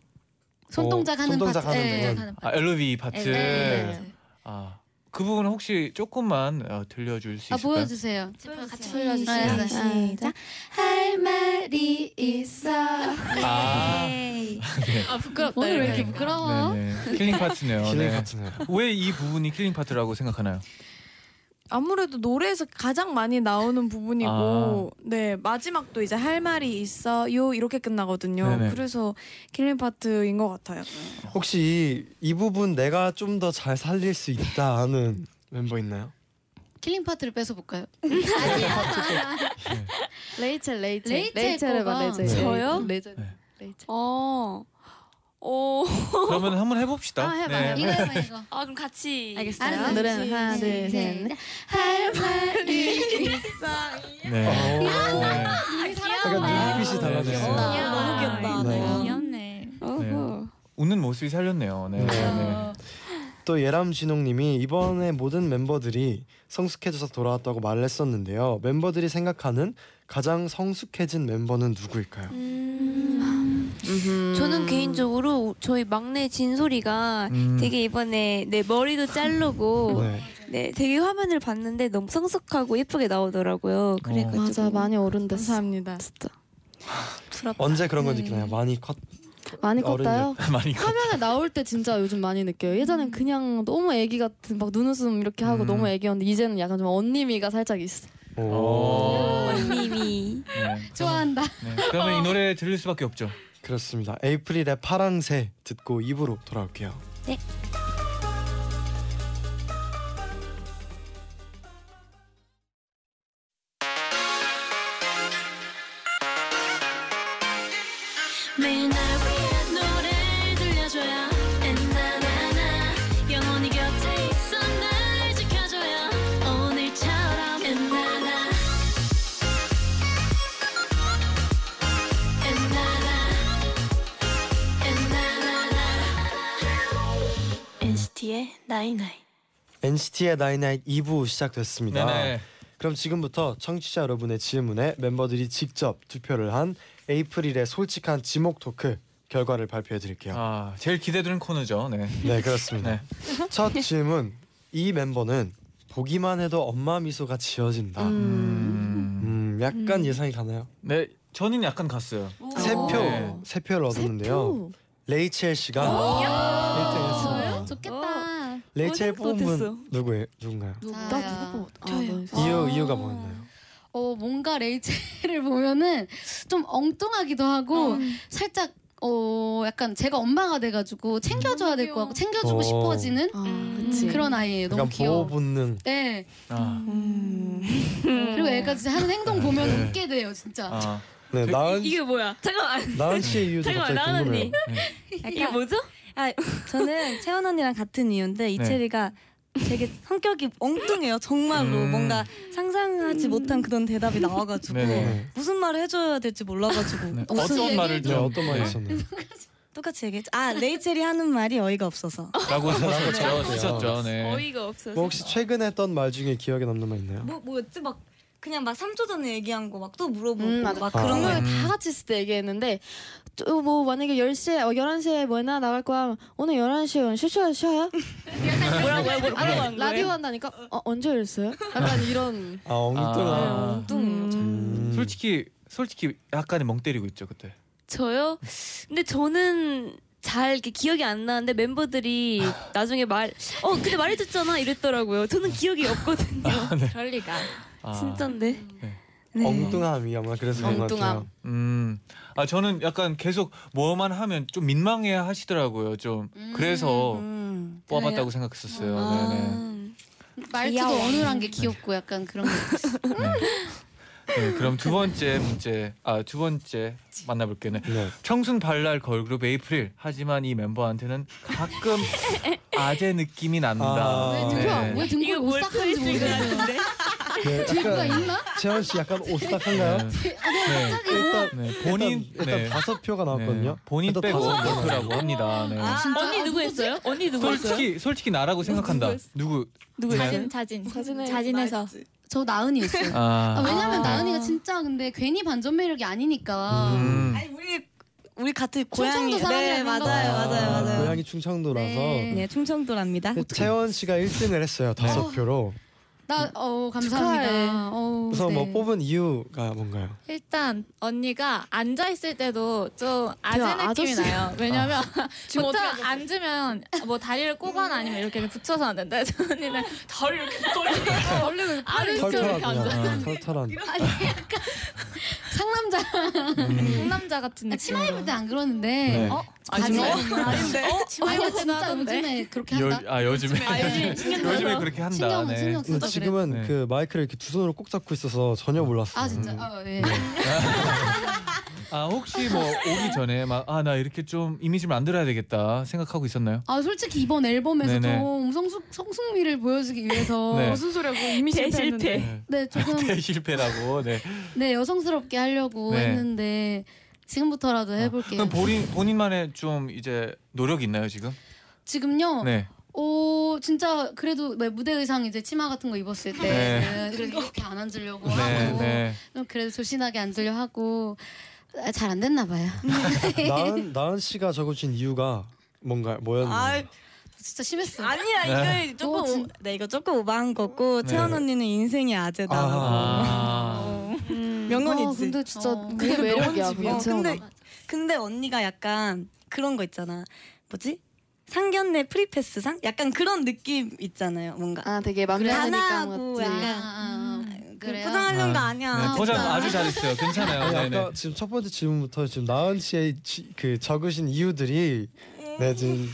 [SPEAKER 6] 손동작 하는
[SPEAKER 2] 손동작
[SPEAKER 6] 파트.
[SPEAKER 2] 하는
[SPEAKER 6] 네,
[SPEAKER 2] 부분.
[SPEAKER 6] 하는
[SPEAKER 3] 아, LV 파트.
[SPEAKER 6] 네, 네, 네.
[SPEAKER 3] 아, 그 부분 은 혹시 조금만 어, 들려줄 수
[SPEAKER 6] 아
[SPEAKER 3] 있을까요?
[SPEAKER 6] 보여주세요. 네, 같이
[SPEAKER 5] 보여주세요. 시작. 할 말이 있어.
[SPEAKER 3] 아. 네.
[SPEAKER 6] 아 부끄럽다. 오늘 왜 이렇게
[SPEAKER 11] 어?
[SPEAKER 6] 부끄러워?
[SPEAKER 3] 네네. 킬링 파트네요.
[SPEAKER 2] 킬링 파트네요.
[SPEAKER 3] 왜이 부분이 킬링 파트라고 생각하나요?
[SPEAKER 1] 아무래도 노래에서 가장 많이 나오는
[SPEAKER 7] 아.
[SPEAKER 1] 부분이고 네 마지막도 이제 할 말이 있어요 이렇게 끝나거든요.
[SPEAKER 2] 네네.
[SPEAKER 1] 그래서 킬링 파트인 것 같아요.
[SPEAKER 2] 혹시 이, 이 부분 내가 좀 더 잘 살릴 수 있다 하는 멤버 있나요?
[SPEAKER 6] 킬링 파트를 뺏어 볼까요?
[SPEAKER 3] 네.
[SPEAKER 5] 레이첼 레이첼.
[SPEAKER 6] 레이첼
[SPEAKER 5] 레이첼 해봐
[SPEAKER 6] 거가-
[SPEAKER 5] 레이첼.
[SPEAKER 6] 저요?
[SPEAKER 5] 레이첼.
[SPEAKER 3] 네.
[SPEAKER 10] 어. 어.
[SPEAKER 3] 그러면 한번 해봅시다. 네.
[SPEAKER 10] 아, 해봐, 해봐.
[SPEAKER 6] 이거 해봐 이거.
[SPEAKER 10] 아 그럼 같이 음,
[SPEAKER 6] 알았어요.
[SPEAKER 5] 노래는 하나
[SPEAKER 6] 네, 네.
[SPEAKER 5] 둘셋 할 말이 있어.
[SPEAKER 3] 네. 네.
[SPEAKER 2] 어. 약간 눈빛이
[SPEAKER 3] 네.
[SPEAKER 2] 달라졌어요.
[SPEAKER 3] 네.
[SPEAKER 7] 너무 귀엽다.
[SPEAKER 3] 네.
[SPEAKER 8] 귀엽네.
[SPEAKER 3] 어허. 웃는 모습이 살렸네요. 네. 네.
[SPEAKER 2] 또 예람 진홍님이 이번에 모든 멤버들이 성숙해져서 돌아왔다고 말을 했었는데요. 멤버들이 생각하는 가장 성숙해진 멤버는 누구일까요?
[SPEAKER 3] 음.
[SPEAKER 10] 저는 개인적으로 우- 저희 막내 진솔이가
[SPEAKER 2] 음.
[SPEAKER 10] 되게 이번에 내 머리도 자르고
[SPEAKER 2] 네.
[SPEAKER 10] 네, 되게 화면을 봤는데 너무 성숙하고 예쁘게
[SPEAKER 2] 어.
[SPEAKER 10] 나오더라고요. 그래가지고
[SPEAKER 5] 맞아 많이 어른됐어.
[SPEAKER 1] 감사합니다.
[SPEAKER 5] 진짜
[SPEAKER 2] 언제 그런
[SPEAKER 3] 네.
[SPEAKER 2] 걸 느끼나요? 많이 컸.
[SPEAKER 5] 많이 컸다요?
[SPEAKER 2] 어른이었- 많이 컸.
[SPEAKER 5] 화면에 나올 때 진짜 요즘 많이 느껴요.
[SPEAKER 9] 음.
[SPEAKER 5] 예전엔 그냥 너무 애기 같은 막 눈웃음 이렇게 하고 너무 애기였는데 이제는 약간 좀 언니미가 살짝 있어.
[SPEAKER 3] 오.
[SPEAKER 10] 언니미.
[SPEAKER 3] 네.
[SPEAKER 5] 좋아한다.
[SPEAKER 3] 네. 그러면 이 노래 들을 수밖에 없죠.
[SPEAKER 2] 그렇습니다. 에이프릴의 파랑새 듣고 입으로 돌아올게요.
[SPEAKER 4] 매일 날 위한 노래를 들려줘요 엔나나나 영원히 곁에 있어 날 지켜줘요 오늘처럼 엔나나 엔나나 엔나나나 NCT의 나이나이
[SPEAKER 2] NCT의 나인나잇 2부 시작됐습니다.
[SPEAKER 3] 네네.
[SPEAKER 2] 그럼 지금부터 청취자 여러분의 질문에 멤버들이 직접 투표를 한 에이프릴의 솔직한 지목 토크 결과를 발표해 드릴게요.
[SPEAKER 3] 아, 제일 기대되는 코너죠. 네.
[SPEAKER 2] 네, 그렇습니다.
[SPEAKER 3] 네.
[SPEAKER 2] 첫 질문. 이 멤버는 보기만 해도 엄마 미소가 지어진다. 음, 약간 예상이 가나요?
[SPEAKER 3] 네. 저는 약간 갔어요.
[SPEAKER 2] 세 표,
[SPEAKER 3] 네.
[SPEAKER 2] 세 표를 아, 얻었는데요. 레이첼 씨가 1등했습니다.
[SPEAKER 3] 어.
[SPEAKER 6] 좋겠다.
[SPEAKER 2] 레이첼
[SPEAKER 6] 어색도 됐어.
[SPEAKER 2] 뽑은 누구예요? 아. 누군가요?
[SPEAKER 6] 나 누구
[SPEAKER 2] 이유 이유가 뭐였나요?
[SPEAKER 6] 어 뭔가 레이첼을 보면은 좀 엉뚱하기도 하고 살짝 어 약간 제가 엄마가 돼가지고 챙겨줘야 될 것 같고 챙겨주고
[SPEAKER 2] 어.
[SPEAKER 6] 싶어지는 음. 아, 그런 아이예요. 너무
[SPEAKER 2] 약간
[SPEAKER 6] 귀여워.
[SPEAKER 2] 보호 본능.
[SPEAKER 6] 네.
[SPEAKER 3] 아.
[SPEAKER 6] 그리고 애가 진짜 하는 행동 보면
[SPEAKER 2] 네.
[SPEAKER 6] 웃게 돼요,
[SPEAKER 7] 아.
[SPEAKER 6] 진짜.
[SPEAKER 2] 네, 나은
[SPEAKER 10] 이게 뭐야? 잠깐만.
[SPEAKER 2] 나은 씨의 이유도
[SPEAKER 10] 잠깐만,
[SPEAKER 2] 갑자기
[SPEAKER 10] 나은
[SPEAKER 2] 궁금해요. 네.
[SPEAKER 10] 언니. 이게 뭐죠?
[SPEAKER 7] 아, 저는 채원 언니랑 같은
[SPEAKER 2] 네.
[SPEAKER 7] 이유인데 이채리가 되게 성격이 엉뚱해요. 정말로
[SPEAKER 3] 음.
[SPEAKER 7] 뭔가 상상하지 못한 그런 대답이 나와가지고
[SPEAKER 3] 네네.
[SPEAKER 7] 무슨 말을 해줘야 될지 몰라가지고 무슨
[SPEAKER 3] 어떤
[SPEAKER 7] 얘기-
[SPEAKER 3] 말을 좀
[SPEAKER 2] 네, 어떤 네. 말이
[SPEAKER 3] 네.
[SPEAKER 2] 있었나요?
[SPEAKER 7] 똑같이 얘기했죠. 아 레이첼이 하는 말이 어이가 없어서.
[SPEAKER 3] 라고
[SPEAKER 2] 라고 적었어요.
[SPEAKER 3] 썼었죠. 네.
[SPEAKER 7] 어이가 없어서.
[SPEAKER 2] 뭐 혹시 최근에 했던 말 중에 기억에 남는 말 있나요?
[SPEAKER 7] 뭐 뭐였지 막 그냥 막 3초 전에 얘기한 거 막 또 물어보고
[SPEAKER 5] 음, 맞아.
[SPEAKER 7] 막 그런
[SPEAKER 5] 그런 걸
[SPEAKER 7] 거.
[SPEAKER 5] 다 같이 있을 때 얘기했는데 또 뭐 만약에 10시에 어, 11시에 뭐나 나갈 거야 하면 오늘 11시에 쉬어요 쉬어요?
[SPEAKER 6] 네.
[SPEAKER 10] 뭐라고요? 뭐라고
[SPEAKER 5] 아니,
[SPEAKER 3] 네.
[SPEAKER 10] 한 거예요?
[SPEAKER 5] 라디오 한다니까 어, 언제 열었어요? 약간 이런
[SPEAKER 2] 아 엉뚱한. 음.
[SPEAKER 5] 뚱
[SPEAKER 3] 음. 솔직히 솔직히 약간의 멍 때리고 있죠 그때.
[SPEAKER 10] 저요? 근데 저는 잘 이렇게 기억이 안 나는데 멤버들이 나중에 말, 어 근데 말해줬잖아 이랬더라고요. 저는 기억이 없거든요.
[SPEAKER 2] 네.
[SPEAKER 9] 그럴 리가.
[SPEAKER 3] 아.
[SPEAKER 10] 진짠데.
[SPEAKER 2] 엉뚱함이 아마 그래서 그런 것 같아요.
[SPEAKER 3] 음. 아 저는 약간 계속 뭐만 하면 좀 민망해 하시더라고요. 좀
[SPEAKER 2] 음,
[SPEAKER 3] 그래서 뽑아봤다고 생각했었어요. 네,
[SPEAKER 6] 말투도 어눌한 게 귀엽고 약간 그런 거.
[SPEAKER 3] 네네. 네, 그럼 두 번째 문제 아 두 번째 만나볼게요. 네.
[SPEAKER 2] 네.
[SPEAKER 3] 청순 발랄 걸그룹 에이프릴 하지만 이 멤버한테는 가끔 아재 느낌이 난다. 네.
[SPEAKER 2] 아. 왜
[SPEAKER 6] 누구야? 왜 등골 오싹한지 모르겠어요.
[SPEAKER 7] 뭐
[SPEAKER 2] 네,
[SPEAKER 6] 누가
[SPEAKER 2] 약간
[SPEAKER 6] 있나?
[SPEAKER 2] 재현 씨 약간 오싹한가요?
[SPEAKER 3] 네.
[SPEAKER 2] 일단
[SPEAKER 3] 네, 본인
[SPEAKER 2] 일단, 일단
[SPEAKER 3] 네.
[SPEAKER 2] 다섯 표가 나왔거든요.
[SPEAKER 3] 본인
[SPEAKER 2] 일단
[SPEAKER 3] 빼고
[SPEAKER 2] 다섯 표.
[SPEAKER 3] 넣더라고 합니다.
[SPEAKER 8] 아,
[SPEAKER 3] 네.
[SPEAKER 10] 언니 누구 했어요? 언니 누구 했어요?
[SPEAKER 3] 솔직히 솔직히 나라고 생각한다. 누구? 네.
[SPEAKER 9] 자진 자진 자진해서
[SPEAKER 6] 저 나은이였어요.
[SPEAKER 3] 아.
[SPEAKER 6] 네, 아, 왜냐면 나은이가 진짜 근데 괜히 반전 매력이 아니니까.
[SPEAKER 3] 음.
[SPEAKER 7] 아니 우리 우리 같은
[SPEAKER 6] 충청도
[SPEAKER 7] 고향이 네
[SPEAKER 6] 사람이라는
[SPEAKER 7] 맞아요
[SPEAKER 6] 거.
[SPEAKER 7] 맞아요 맞아요.
[SPEAKER 2] 고향이 충청도라서
[SPEAKER 6] 네.
[SPEAKER 7] 네 충청도랍니다.
[SPEAKER 2] 근데 채원 씨가 1등을 했어요. 다섯 표로.
[SPEAKER 6] 나, 어,
[SPEAKER 8] 아,
[SPEAKER 6] 감사합니다. 어,
[SPEAKER 2] 우선
[SPEAKER 6] 네.
[SPEAKER 2] 뭐 뽑은 이유가 뭔가요?
[SPEAKER 9] 일단 언니가 앉아 있을 때도 좀 아재
[SPEAKER 5] 그냥
[SPEAKER 9] 느낌이
[SPEAKER 5] 아저씨.
[SPEAKER 9] 나요. 왜냐면
[SPEAKER 5] 지금
[SPEAKER 9] 보통
[SPEAKER 5] 어떻게 하셨어요?
[SPEAKER 9] 앉으면 뭐 다리를 꼬거나 아니면 이렇게 이렇게 붙여서 앉는데 저 언니는 덜 이렇게 돌리고
[SPEAKER 6] 얼른
[SPEAKER 7] 네,
[SPEAKER 9] 아래쪽으로 이렇게
[SPEAKER 2] 털털한
[SPEAKER 9] 앉아.
[SPEAKER 2] 그냥 아, 털털한.
[SPEAKER 6] 상남자.
[SPEAKER 3] 음.
[SPEAKER 9] 동남자 같은 느낌.
[SPEAKER 6] 아, 치마 입을 때 안 그러는데.
[SPEAKER 2] 네.
[SPEAKER 6] 어?
[SPEAKER 9] 아니에요?
[SPEAKER 6] 아닌데. 어? 치마 입을 진짜
[SPEAKER 9] 하던데.
[SPEAKER 6] 요즘에 그렇게
[SPEAKER 3] 요,
[SPEAKER 6] 한다.
[SPEAKER 3] 아 요즘에
[SPEAKER 9] 아, 요즘에 신경 써서.
[SPEAKER 3] 요즘에 그렇게 한다.
[SPEAKER 6] 신경,
[SPEAKER 3] 네.
[SPEAKER 6] 신경 써서
[SPEAKER 2] 근데
[SPEAKER 6] 그래.
[SPEAKER 4] 아,
[SPEAKER 3] 그래.
[SPEAKER 2] 지금은
[SPEAKER 7] 아,
[SPEAKER 2] 음.
[SPEAKER 6] 네.
[SPEAKER 2] 그 마이크를 이렇게 두 손으로 꼭 잡고 있어서 전혀 몰랐어요.
[SPEAKER 6] 아 진짜. 아 예.
[SPEAKER 3] 아 혹시 뭐 오기 전에 막 아 나 이렇게 좀 이미지 만들어야 되겠다 생각하고 있었나요?
[SPEAKER 6] 아 솔직히 이번 앨범에서
[SPEAKER 3] 네네.
[SPEAKER 6] 좀 성숙 성숙미를 보여주기 위해서
[SPEAKER 3] 네. 무슨
[SPEAKER 6] 소리야 이미
[SPEAKER 3] 실패했는데. 네.
[SPEAKER 6] 네 조금
[SPEAKER 3] 대실패라고. 네.
[SPEAKER 6] 네 여성스럽게 하려고
[SPEAKER 3] 네. 아,
[SPEAKER 6] 했는데 지금부터라도 해볼게요.
[SPEAKER 3] 그럼 본인 본인만의 좀 이제 노력 이 있나요 지금?
[SPEAKER 6] 지금요.
[SPEAKER 3] 네.
[SPEAKER 6] 오 진짜 그래도 왜 무대 의상 이제 치마 같은 거 입었을 때
[SPEAKER 3] 네.
[SPEAKER 6] 는 이렇게 안 앉으려고
[SPEAKER 3] 네,
[SPEAKER 7] 아.
[SPEAKER 6] 하고
[SPEAKER 3] 네.
[SPEAKER 6] 좀 그래도 조신하게 앉으려 하고 아, 잘 안 됐나 봐요.
[SPEAKER 2] 나은 나은 씨가 적어주신 이유가 뭔가
[SPEAKER 10] 아,
[SPEAKER 2] 뭐였나요?
[SPEAKER 6] 진짜 심했어.
[SPEAKER 7] 아니야 이거
[SPEAKER 2] 아, 네.
[SPEAKER 7] 조금 오, 네 이거 조금 오버한 거고 채연 언니는 인생이 아재다. 명언이지.
[SPEAKER 6] 어, 근데 진짜
[SPEAKER 7] 그게
[SPEAKER 6] 그게 매력이야,
[SPEAKER 7] 명언집이야.
[SPEAKER 6] 그게
[SPEAKER 7] 어, 근데
[SPEAKER 6] 채연아.
[SPEAKER 7] 근데 언니가 약간 그런 거 있잖아. 뭐지? 상견례 프리패스상? 약간 그런 느낌 있잖아요. 뭔가.
[SPEAKER 5] 아 되게
[SPEAKER 6] 맘대로니까
[SPEAKER 7] 단아하고
[SPEAKER 6] 같지.
[SPEAKER 7] 약간
[SPEAKER 6] 그래요?
[SPEAKER 7] 포장하려는 거 아니야.
[SPEAKER 3] 네, 포장 아주 잘했어요. 괜찮아요.
[SPEAKER 2] 아니,
[SPEAKER 3] 네, 네.
[SPEAKER 2] 아까 지금 첫 번째 질문부터 지금 나은 씨의 지- 그 적으신 이유들이
[SPEAKER 10] 예.
[SPEAKER 2] 네 지금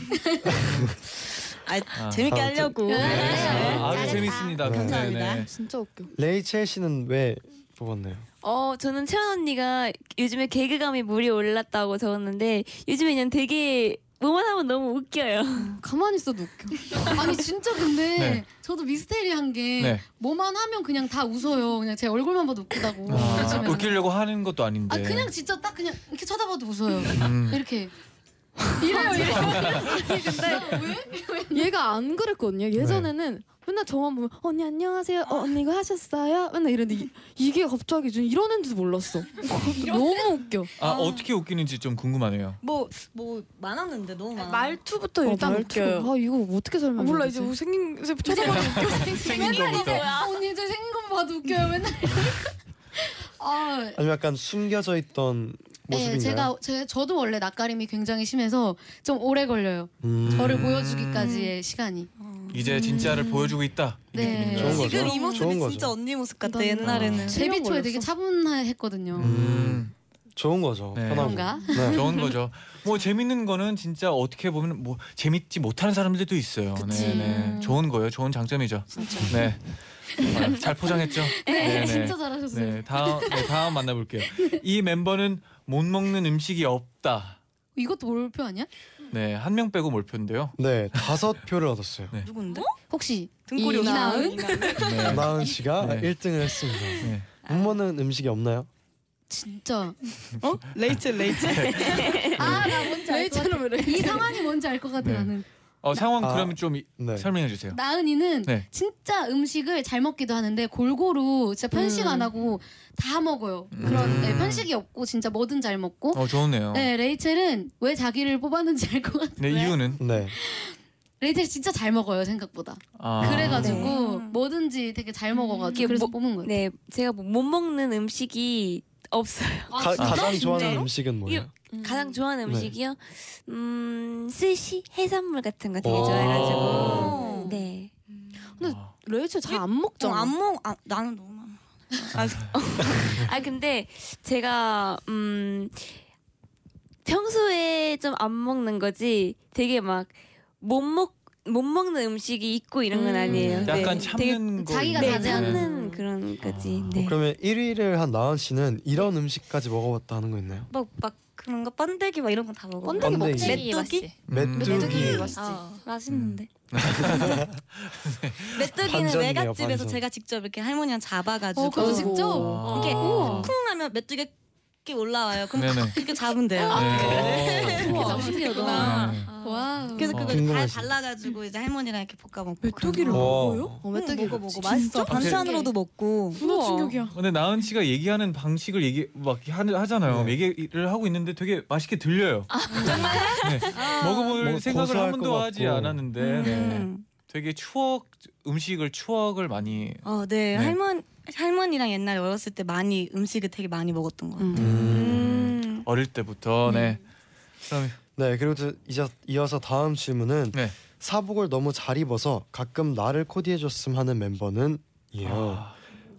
[SPEAKER 7] 아,
[SPEAKER 2] 아.
[SPEAKER 7] 재밌게
[SPEAKER 2] 아,
[SPEAKER 10] 어.
[SPEAKER 7] 하려고.
[SPEAKER 2] 저- 네.
[SPEAKER 3] 아, 아주
[SPEAKER 10] 잘했다.
[SPEAKER 3] 재밌습니다.
[SPEAKER 10] 감사합니다.
[SPEAKER 3] 네, 네.
[SPEAKER 5] 진짜 웃겨.
[SPEAKER 2] 레이첼 씨는 왜 뽑았나요?
[SPEAKER 10] 어, 저는 채연 언니가 요즘에 개그감이 물이 올랐다고 적었는데 요즘에 그냥 되게 뭐만 하면 너무 웃겨요.
[SPEAKER 5] 음, 가만히 있어도 웃겨.
[SPEAKER 6] 아니 진짜 근데
[SPEAKER 10] 네.
[SPEAKER 6] 저도 미스테리한 게
[SPEAKER 3] 네.
[SPEAKER 6] 뭐만 하면 그냥 다 웃어요. 그냥 제 얼굴만 봐도 웃기다고.
[SPEAKER 3] 아,
[SPEAKER 6] 요즘에는.
[SPEAKER 3] 웃기려고 하는 것도 아닌데.
[SPEAKER 2] 네.
[SPEAKER 6] 아 그냥 진짜 딱 그냥 이렇게 쳐다봐도 웃어요.
[SPEAKER 3] 음.
[SPEAKER 6] 이렇게
[SPEAKER 4] 아,
[SPEAKER 6] 이래요 이래요.
[SPEAKER 5] 얘가 안 그랬거든요.
[SPEAKER 3] 네.
[SPEAKER 5] 예전에는 맨날 저만 보면 언니 안녕하세요. 어, 언니 이거 하셨어요? 맨날 이러는데 이- 이게 갑자기 좀 이러는지도 몰랐어. 너무 웃겨.
[SPEAKER 3] 아, 어떻게 웃기는지 좀 궁금하네요.
[SPEAKER 7] 뭐뭐 많았는데 너무 많아. 어,
[SPEAKER 1] 말투부터 일단 웃겨요.
[SPEAKER 5] 아 이거 어떻게 설명?
[SPEAKER 1] 몰라 이제 뭐 생긴 쳐다보면
[SPEAKER 3] 생긴 거부터.
[SPEAKER 6] 언니 제 생긴 거 봐도 웃겨요 맨날. 아
[SPEAKER 2] 아니면 약간 숨겨져 있던 모습인가요?
[SPEAKER 6] 네, 제가 제 저도 원래 낯가림이 굉장히 심해서 좀 오래 걸려요.
[SPEAKER 2] 음.
[SPEAKER 6] 저를 보여주기까지의 시간이.
[SPEAKER 3] 이제 진짜를 보여주고 있다. 이게
[SPEAKER 6] 음. 네.
[SPEAKER 3] 느낌이죠.
[SPEAKER 2] 좋은 거죠.
[SPEAKER 7] 지금 이
[SPEAKER 2] 좋은
[SPEAKER 7] 모습이
[SPEAKER 2] 거죠.
[SPEAKER 7] 진짜 언니 모습 같아 옛날에는.
[SPEAKER 6] 데뷔 초에 되게 차분했거든요.
[SPEAKER 2] 음. 좋은 거죠.
[SPEAKER 3] 네.
[SPEAKER 2] 편하고.
[SPEAKER 6] 그런가?
[SPEAKER 2] 네.
[SPEAKER 3] 좋은 거죠. 뭐 재밌는 거는 진짜 어떻게 보면 뭐 재밌지 못하는 사람들도 있어요. 네, 네. 좋은 거예요. 좋은 장점이죠.
[SPEAKER 6] 음. 진짜.
[SPEAKER 3] 네. 아, 잘 포장했죠?
[SPEAKER 6] 네, 진짜 잘하셨어요.
[SPEAKER 3] 네, 다음 네, 다음 만나볼게요. 이 멤버는 못 먹는 음식이 없다.
[SPEAKER 6] 이것도 몰표 아니야?
[SPEAKER 3] 네, 한 명 빼고 몰표인데요. 네.
[SPEAKER 2] 네, 다섯 표를 얻었어요.
[SPEAKER 6] 누군데? 혹시
[SPEAKER 7] 등골이
[SPEAKER 6] 이나은?
[SPEAKER 2] 네. 나은 씨가 1등을 했습니다.
[SPEAKER 3] 네.
[SPEAKER 2] 못 먹는 음식이 없나요?
[SPEAKER 6] 진짜.
[SPEAKER 7] 어? 레이첼 레이첼.
[SPEAKER 6] 아 나 뭔지 알 것 같아. 이 상황이 뭔지 알 것 같아
[SPEAKER 3] 네.
[SPEAKER 6] 나는.
[SPEAKER 3] 어, 상황
[SPEAKER 2] 아,
[SPEAKER 3] 그러면 좀 이-
[SPEAKER 2] 네.
[SPEAKER 3] 설명해 주세요.
[SPEAKER 6] 나은이는
[SPEAKER 3] 네.
[SPEAKER 6] 진짜 음식을 잘 먹기도 하는데 골고루 진짜
[SPEAKER 2] 음.
[SPEAKER 6] 편식 안 하고 다 먹어요. 그런
[SPEAKER 3] 음.
[SPEAKER 6] 네, 편식이 없고 진짜 뭐든 잘 먹고.
[SPEAKER 3] 어, 좋네요.
[SPEAKER 6] 네 레이첼은 왜 자기를 뽑았는지 알 것 같아.
[SPEAKER 3] 네, 이유는
[SPEAKER 2] 네.
[SPEAKER 6] 레이첼 진짜 잘 먹어요 생각보다.
[SPEAKER 3] 아.
[SPEAKER 6] 그래가지고 뭐든지 되게 뭐- 잘 먹어가지고 그래서 뽑은 거예요.
[SPEAKER 10] 네, 제가 뭐못 먹는 음식이 아, 없어요.
[SPEAKER 2] 아, 가, 장 좋아하는 음식은 뭐예요?
[SPEAKER 10] 이게 가장 좋아하는
[SPEAKER 2] 네.
[SPEAKER 10] 음식이요? 음, 스시 해산물 같은 거 되게
[SPEAKER 2] 오.
[SPEAKER 4] 어.
[SPEAKER 2] 어.
[SPEAKER 10] 좋아해가지고 네.
[SPEAKER 5] 근데
[SPEAKER 2] 아.
[SPEAKER 5] 레이첼 잘 안
[SPEAKER 7] 음. 어,
[SPEAKER 5] 먹잖아.
[SPEAKER 7] 안 먹, 아, 나는 너무 많아.
[SPEAKER 10] 아 근데 제가 음 평소에 좀 안 먹는 거지 되게 막 못 먹 못 먹는 음식이 있고 이런 건 아니에요. 네.
[SPEAKER 3] 약간
[SPEAKER 10] 되게
[SPEAKER 3] 참는 거 네.
[SPEAKER 10] 자기가 다
[SPEAKER 3] 있는 거는.
[SPEAKER 7] 네.
[SPEAKER 10] 참는 그런 거지. 네.
[SPEAKER 2] 그러면 1위를 한 나은 씨는 이런 음식까지 먹어봤다 하는 거 있나요?
[SPEAKER 7] 막, 막 그런 거 번데기 막 이런 거 다 먹어.
[SPEAKER 2] 번데기 번데기. 먹지.
[SPEAKER 7] 메뚜기?
[SPEAKER 2] 메뚜기.
[SPEAKER 7] 아, 맛있는데. 메뚜기는
[SPEAKER 2] 음. 반전이네요,
[SPEAKER 7] 외갓집에서
[SPEAKER 2] 반전.
[SPEAKER 7] 제가 직접 이렇게 할머니랑 잡아가지고
[SPEAKER 6] 어, 그거 직접?
[SPEAKER 7] 이렇게 쿵하면 메뚜기가 이렇게 올라와요. 그럼
[SPEAKER 3] 네네.
[SPEAKER 7] 탁 이렇게 잡으면 돼요.
[SPEAKER 3] 네.
[SPEAKER 7] 우와, 신기하다.
[SPEAKER 6] 와.
[SPEAKER 7] 아. 그래서 그걸 다
[SPEAKER 2] 아, 궁금하시다.
[SPEAKER 7] 발라가지고 이제 할머니랑 이렇게 볶아먹고 메뚜기를
[SPEAKER 2] 먹어요? 아,
[SPEAKER 7] 어, 메뚜기 먹어 먹어
[SPEAKER 5] 진짜?
[SPEAKER 7] 맛있어.
[SPEAKER 3] 갑자기?
[SPEAKER 7] 반찬으로도 먹고.
[SPEAKER 1] 너무 충격이야.
[SPEAKER 3] 근데 나은 씨가 얘기하는 방식을 얘기 막 하- 하잖아요.
[SPEAKER 2] 네.
[SPEAKER 3] 얘기를 하고 있는데 되게 맛있게 들려요. 정말? 네. 먹어볼
[SPEAKER 2] 뭐
[SPEAKER 3] 생각을
[SPEAKER 2] 고소할
[SPEAKER 3] 한
[SPEAKER 2] 것
[SPEAKER 3] 번도
[SPEAKER 2] 같고.
[SPEAKER 3] 하지 않았는데 네. 되게 추억 음식을 추억을 많이
[SPEAKER 7] 어, 네,
[SPEAKER 3] 네.
[SPEAKER 7] 할머니 할머니랑 옛날에 어렸을 때 많이 음식을 되게 많이 먹었던 것 같아요. 음.
[SPEAKER 3] 어릴 때부터 네. 그럼
[SPEAKER 2] 네, 그리고 저 이제 이어서 다음 질문은
[SPEAKER 3] 네.
[SPEAKER 2] 사복을 너무 잘 입어서 가끔 나를 코디해줬음 하는 멤버는 이요.
[SPEAKER 3] 아.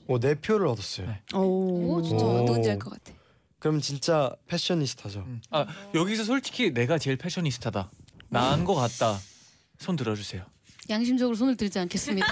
[SPEAKER 2] 오, 네 표를 얻었어요.
[SPEAKER 5] 오, 진짜
[SPEAKER 2] 오.
[SPEAKER 5] 누군지 알 것 같아.
[SPEAKER 2] 그럼 진짜 패셔니스타죠.
[SPEAKER 3] 아 여기서 솔직히 내가 제일 패셔니스타다. 나은 거 같다. 손 들어주세요.
[SPEAKER 6] 양심적으로 손을 들지 않겠습니다.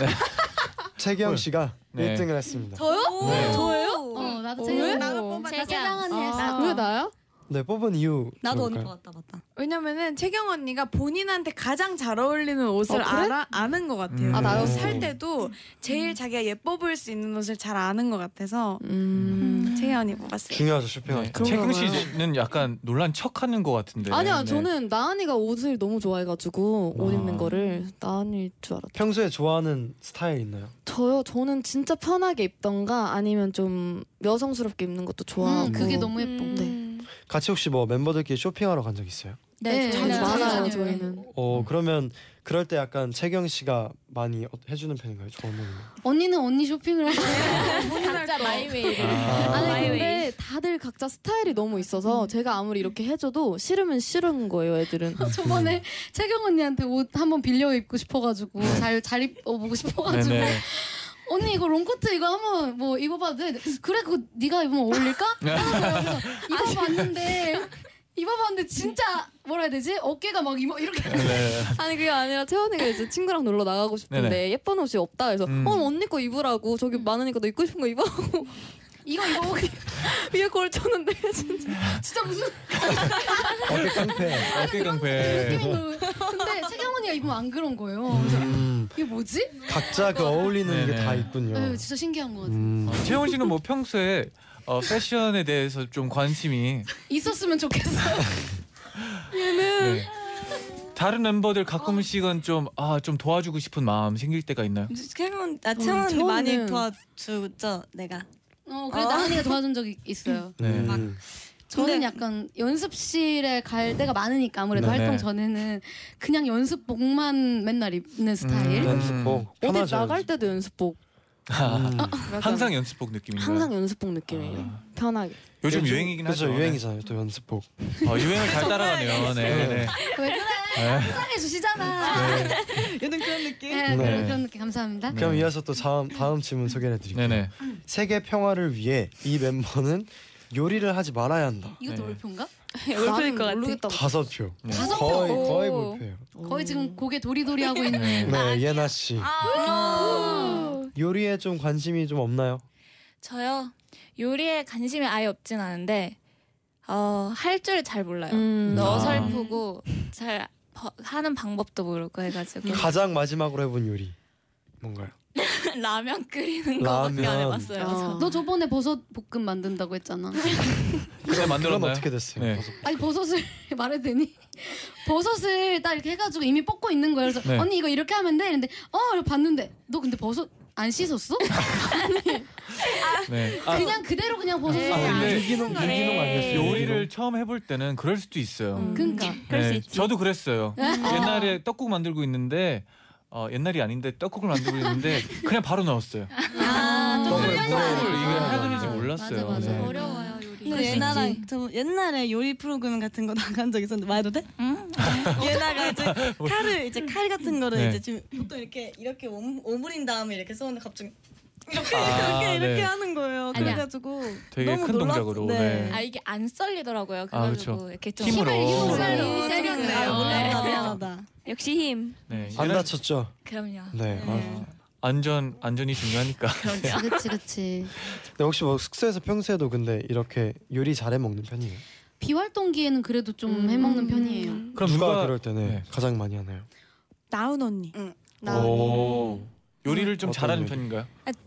[SPEAKER 2] 최경 씨가
[SPEAKER 3] 네.
[SPEAKER 2] 1등을 했습니다.
[SPEAKER 6] 네. 저요?
[SPEAKER 2] 네.
[SPEAKER 6] 저예요? 어, 나도
[SPEAKER 5] 어,
[SPEAKER 6] 제가
[SPEAKER 5] 왜?
[SPEAKER 6] 나도 뽑아. 나 세상 언니 했어.
[SPEAKER 5] 왜 나야?
[SPEAKER 2] 네 뽑은 이유
[SPEAKER 1] 나도 언니
[SPEAKER 2] 그럴까요?
[SPEAKER 1] 뽑았다, 맞다. 왜냐면은 채경 언니가 본인한테 가장 잘 어울리는 옷을
[SPEAKER 5] 어, 그래?
[SPEAKER 1] 알아 아는 것 같아요.
[SPEAKER 5] 음. 아, 나도
[SPEAKER 1] 살
[SPEAKER 5] 음.
[SPEAKER 1] 때도 제일 자기가 예뻐 보일 수 있는 옷을 잘 아는 것 같아서 음, 채경 언니 뽑았어요.
[SPEAKER 2] 중요하죠 쇼핑할 때.
[SPEAKER 3] 채경 네. 씨는 약간 놀란 척하는 것 같은데.
[SPEAKER 5] 아니야
[SPEAKER 3] 네.
[SPEAKER 5] 저는 나은이가 옷을 너무 좋아해가지고 옷 입는 거를 나은이일 줄 알았.
[SPEAKER 2] 평소에 좋아하는 스타일 있나요?
[SPEAKER 5] 저요 저는 진짜 편하게 입던가 아니면 좀 여성스럽게 입는 것도 좋아하고.
[SPEAKER 6] 음,
[SPEAKER 5] 네.
[SPEAKER 6] 그게 너무 예뻐. 음.
[SPEAKER 2] 같이 혹시 뭐 멤버들끼리 쇼핑하러 간 적 있어요?
[SPEAKER 6] 네,
[SPEAKER 5] 자주
[SPEAKER 6] 저희는
[SPEAKER 5] 많아요
[SPEAKER 6] 자주
[SPEAKER 5] 저희는.
[SPEAKER 2] 어 그러면 그럴 때 약간 채경 씨가 많이 어- 해주는 편인가요? 저는
[SPEAKER 6] 언니는 언니 쇼핑을 해.
[SPEAKER 9] 각자 마이웨이를.
[SPEAKER 2] 아.
[SPEAKER 5] 아니
[SPEAKER 6] 마이웨이.
[SPEAKER 5] 근데 다들 각자 스타일이 너무 있어서
[SPEAKER 6] 음.
[SPEAKER 5] 제가 아무리 이렇게 해줘도 싫으면 싫은 거예요 애들은.
[SPEAKER 6] 어, 저번에 채경 언니한테 옷 한번 빌려 입고 싶어가지고 잘 잘 입어보고 싶어가지고
[SPEAKER 3] 네네.
[SPEAKER 6] 언니 이거 롱코트 이거 한번 뭐 입어봐도 돼? 그래 그거 네가 입으면 어울릴까? 하면서 입어봤는데 입어봤는데 진짜 뭐라 해야 되지? 어깨가 막 이모 이렇게
[SPEAKER 5] 아니 그게 아니라 태연이가 이제 친구랑 놀러 나가고 싶은데
[SPEAKER 6] 네네.
[SPEAKER 5] 예쁜 옷이 없다 해서
[SPEAKER 6] 음.
[SPEAKER 5] 어 언니 거 입으라고 저기 많으니까 너 입고 싶은 거 입어 하고
[SPEAKER 6] 이거 입어
[SPEAKER 5] 위에 걸쳤는데 진짜
[SPEAKER 6] 진짜 무슨
[SPEAKER 2] 어깨 깡패. 네.
[SPEAKER 3] 어깨 깡패.
[SPEAKER 6] 근데 채경 언니가 입으면 안 그런 거예요. 그래서
[SPEAKER 2] 음,
[SPEAKER 6] 이게 뭐지?
[SPEAKER 2] 각자 그 어울리는 게 다 있군요.
[SPEAKER 6] 네, 진짜 신기한 거 같아.
[SPEAKER 3] 어, 채영 씨는 뭐 평소에 어, 패션에 대해서 좀 관심이
[SPEAKER 6] 있었으면 좋겠어. 얘는
[SPEAKER 3] 네. 다른 멤버들 가끔씩은 좀 아, 좀 도와주고 싶은 마음 생길 때가 있나요?
[SPEAKER 7] 채원 아 채원 언니 많이
[SPEAKER 6] 저는-
[SPEAKER 7] 도와주죠 내가.
[SPEAKER 6] 어 그래도 한이가 도와준 적이 있어요.
[SPEAKER 3] 네.
[SPEAKER 4] 아,
[SPEAKER 6] 저는 약간 연습실에 갈 때가 많으니까 아무래도
[SPEAKER 3] 네네.
[SPEAKER 6] 활동 전에는 그냥 연습복만 맨날 입는 스타일.
[SPEAKER 3] 음,
[SPEAKER 2] 음.
[SPEAKER 6] 음.
[SPEAKER 3] 연습복.
[SPEAKER 5] 어디 나갈 때도 연습복
[SPEAKER 3] 아,
[SPEAKER 6] 아,
[SPEAKER 5] 음. 아,
[SPEAKER 3] 항상 연습복 느낌인가요?
[SPEAKER 5] 항상 연습복 느낌이에요
[SPEAKER 6] 아.
[SPEAKER 5] 편하게
[SPEAKER 3] 요즘 유행이긴
[SPEAKER 2] 그죠,
[SPEAKER 3] 하죠. 네.
[SPEAKER 2] 유행이잖아요. 또 연습복.
[SPEAKER 3] 어, 유행을 잘 따라가네요. 네, 네.
[SPEAKER 6] 왜 그래? 사랑해 주시잖아.
[SPEAKER 9] 네.
[SPEAKER 7] 요즘 그런 느낌?
[SPEAKER 6] 네,
[SPEAKER 2] 네.
[SPEAKER 6] 그런, 그런 느낌 감사합니다. 네.
[SPEAKER 2] 그럼 이어서 또 다음 다음 질문 소개해 드릴게요.
[SPEAKER 3] 네네.
[SPEAKER 2] 세계 평화를 위해 이 멤버는 요리를 하지 말아야 한다.
[SPEAKER 6] 이것도 올표인가?
[SPEAKER 5] 올표일 것 같아. 모르겠다고.
[SPEAKER 2] 다섯 표.
[SPEAKER 3] 네.
[SPEAKER 6] 다섯 표?
[SPEAKER 2] 거의
[SPEAKER 6] 오.
[SPEAKER 2] 거의 볼표예요.
[SPEAKER 6] 거의 지금 고개 도리도리 하고 있는.
[SPEAKER 2] 네, 예나 씨.
[SPEAKER 6] 아.
[SPEAKER 9] 아,
[SPEAKER 2] 요리에 좀 관심이 좀 없나요?
[SPEAKER 9] 저요 요리에 관심이 아예 없진 않은데 어, 할 줄 잘 몰라요.
[SPEAKER 5] 음.
[SPEAKER 9] 아. 너설프고 잘 버- 하는 방법도 모르고
[SPEAKER 8] 네.
[SPEAKER 9] 해가지고
[SPEAKER 2] 가장 마지막으로 해본 요리 뭔가요?
[SPEAKER 9] 라면 끓이는 거밖에 안
[SPEAKER 2] 라면.
[SPEAKER 9] 해봤어요.
[SPEAKER 6] 너 음. 아, 저번에 버섯 볶음 만든다고 했잖아.
[SPEAKER 3] 그거 만들었나요? 네.
[SPEAKER 2] 어떻게 됐어요?
[SPEAKER 6] 아니 버섯을 말해도 되니? 버섯을 딱 이렇게 해가지고 이미 볶고 있는 거예요. 그래서
[SPEAKER 2] 네.
[SPEAKER 6] 언니 이거 이렇게 하면 돼? 이랬는데 어 이러고 봤는데 너 근데 버섯 안 씻었어?
[SPEAKER 3] 네. 아,
[SPEAKER 6] 그냥 그대로 그냥 버섯 네.
[SPEAKER 3] 아, 근데
[SPEAKER 6] 씻은 거래.
[SPEAKER 3] 요리를 처음 해볼 때는 그럴 수도 있어요. 네,
[SPEAKER 6] 그러니까 그럴 수 있지.
[SPEAKER 3] 저도 그랬어요.
[SPEAKER 6] 아.
[SPEAKER 3] 옛날에 떡국 만들고 있는데 어, 옛날이 아닌데 떡국을 만들고 있는데 그냥 바로 넣었어요.
[SPEAKER 7] 아,
[SPEAKER 3] 떡을 뭐, 이게 할머니지 몰랐어요. 네.
[SPEAKER 7] 어려워요 요리.
[SPEAKER 6] 그럴 수
[SPEAKER 7] 예나랑
[SPEAKER 6] 있지.
[SPEAKER 7] 저 옛날에 요리 프로그램 같은 거 나간 적 있었는데 말해도 돼? 응. 예나가 이제 칼을 이제 칼 같은 거를
[SPEAKER 2] 네.
[SPEAKER 7] 이제 지금 보통 이렇게 이렇게 옴- 오므린 다음에 이렇게 썼는데 갑자기 이렇게
[SPEAKER 3] 아,
[SPEAKER 7] 이렇게 이렇게
[SPEAKER 3] 네.
[SPEAKER 7] 하는 거예요.
[SPEAKER 3] 아니야.
[SPEAKER 7] 그래가지고
[SPEAKER 3] 되게
[SPEAKER 7] 너무
[SPEAKER 3] 큰
[SPEAKER 7] 놀랐-
[SPEAKER 3] 동작으로, 네.
[SPEAKER 9] 아 이게 안 썰리더라고요.
[SPEAKER 3] 아,
[SPEAKER 9] 그래가지고
[SPEAKER 3] 그쵸.
[SPEAKER 9] 이렇게 좀
[SPEAKER 3] 힘으로. 힘으로.
[SPEAKER 9] 힘으로
[SPEAKER 7] 힘으로.
[SPEAKER 9] 썰리네요.
[SPEAKER 7] 아,
[SPEAKER 9] 네.
[SPEAKER 7] 몰랐다, 미안하다.
[SPEAKER 10] 역시 힘.
[SPEAKER 3] 네.
[SPEAKER 2] 안 다쳤죠?
[SPEAKER 9] 그럼요.
[SPEAKER 2] 네. 아.
[SPEAKER 3] 안전 안전이 중요하니까.
[SPEAKER 7] 그렇죠.
[SPEAKER 3] 네.
[SPEAKER 6] 그렇지 그렇지.
[SPEAKER 2] 근데 혹시 뭐 숙소에서 평소에도 근데 이렇게 요리 잘해 먹는 편이에요?
[SPEAKER 6] 비활동기에는 그래도 좀
[SPEAKER 1] 음.
[SPEAKER 6] 해먹는 편이에요.
[SPEAKER 2] 그럼 누가, 그럴 때는
[SPEAKER 3] 네.
[SPEAKER 2] 가장 많이 하나요?
[SPEAKER 7] 나은 음. 언니. 응.
[SPEAKER 3] 오. 요리를 좀 잘하는 편인가요?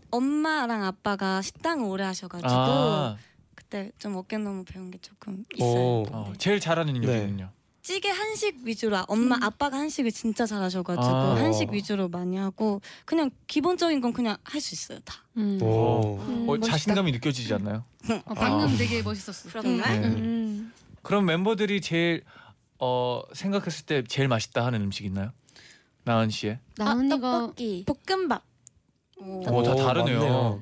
[SPEAKER 7] 엄마랑 아빠가 식당 오래 하셔가지고
[SPEAKER 3] 아.
[SPEAKER 7] 그때 네, 좀 어깨 너무 배운 게 조금
[SPEAKER 3] 오. 어, 제일
[SPEAKER 2] 네.
[SPEAKER 3] 잘하는 요리는요.
[SPEAKER 7] 찌개 한식 위주로 아- 엄마 아빠가 한식을 진짜 잘하셔가지고
[SPEAKER 3] 아.
[SPEAKER 7] 한식 위주로 많이 하고 그냥 기본적인 건 그냥 할 수 있어요 다.
[SPEAKER 3] 오.
[SPEAKER 7] 음,
[SPEAKER 3] 어,
[SPEAKER 7] 멋있다.
[SPEAKER 3] 자신감이 느껴지지 않나요?
[SPEAKER 7] 어,
[SPEAKER 3] 방금 아.
[SPEAKER 6] 되게 멋있었어.
[SPEAKER 7] 그런가?
[SPEAKER 2] 음.
[SPEAKER 6] 음,
[SPEAKER 3] 네. 그럼 멤버들이 제일 어, 생각했을 때 제일 맛있다 하는 음식 있나요? 나은 씨의.
[SPEAKER 6] 나
[SPEAKER 1] 아,
[SPEAKER 6] 언니가
[SPEAKER 7] 볶음밥.
[SPEAKER 3] 오, 어, 다 다르네요.
[SPEAKER 2] 맞네요.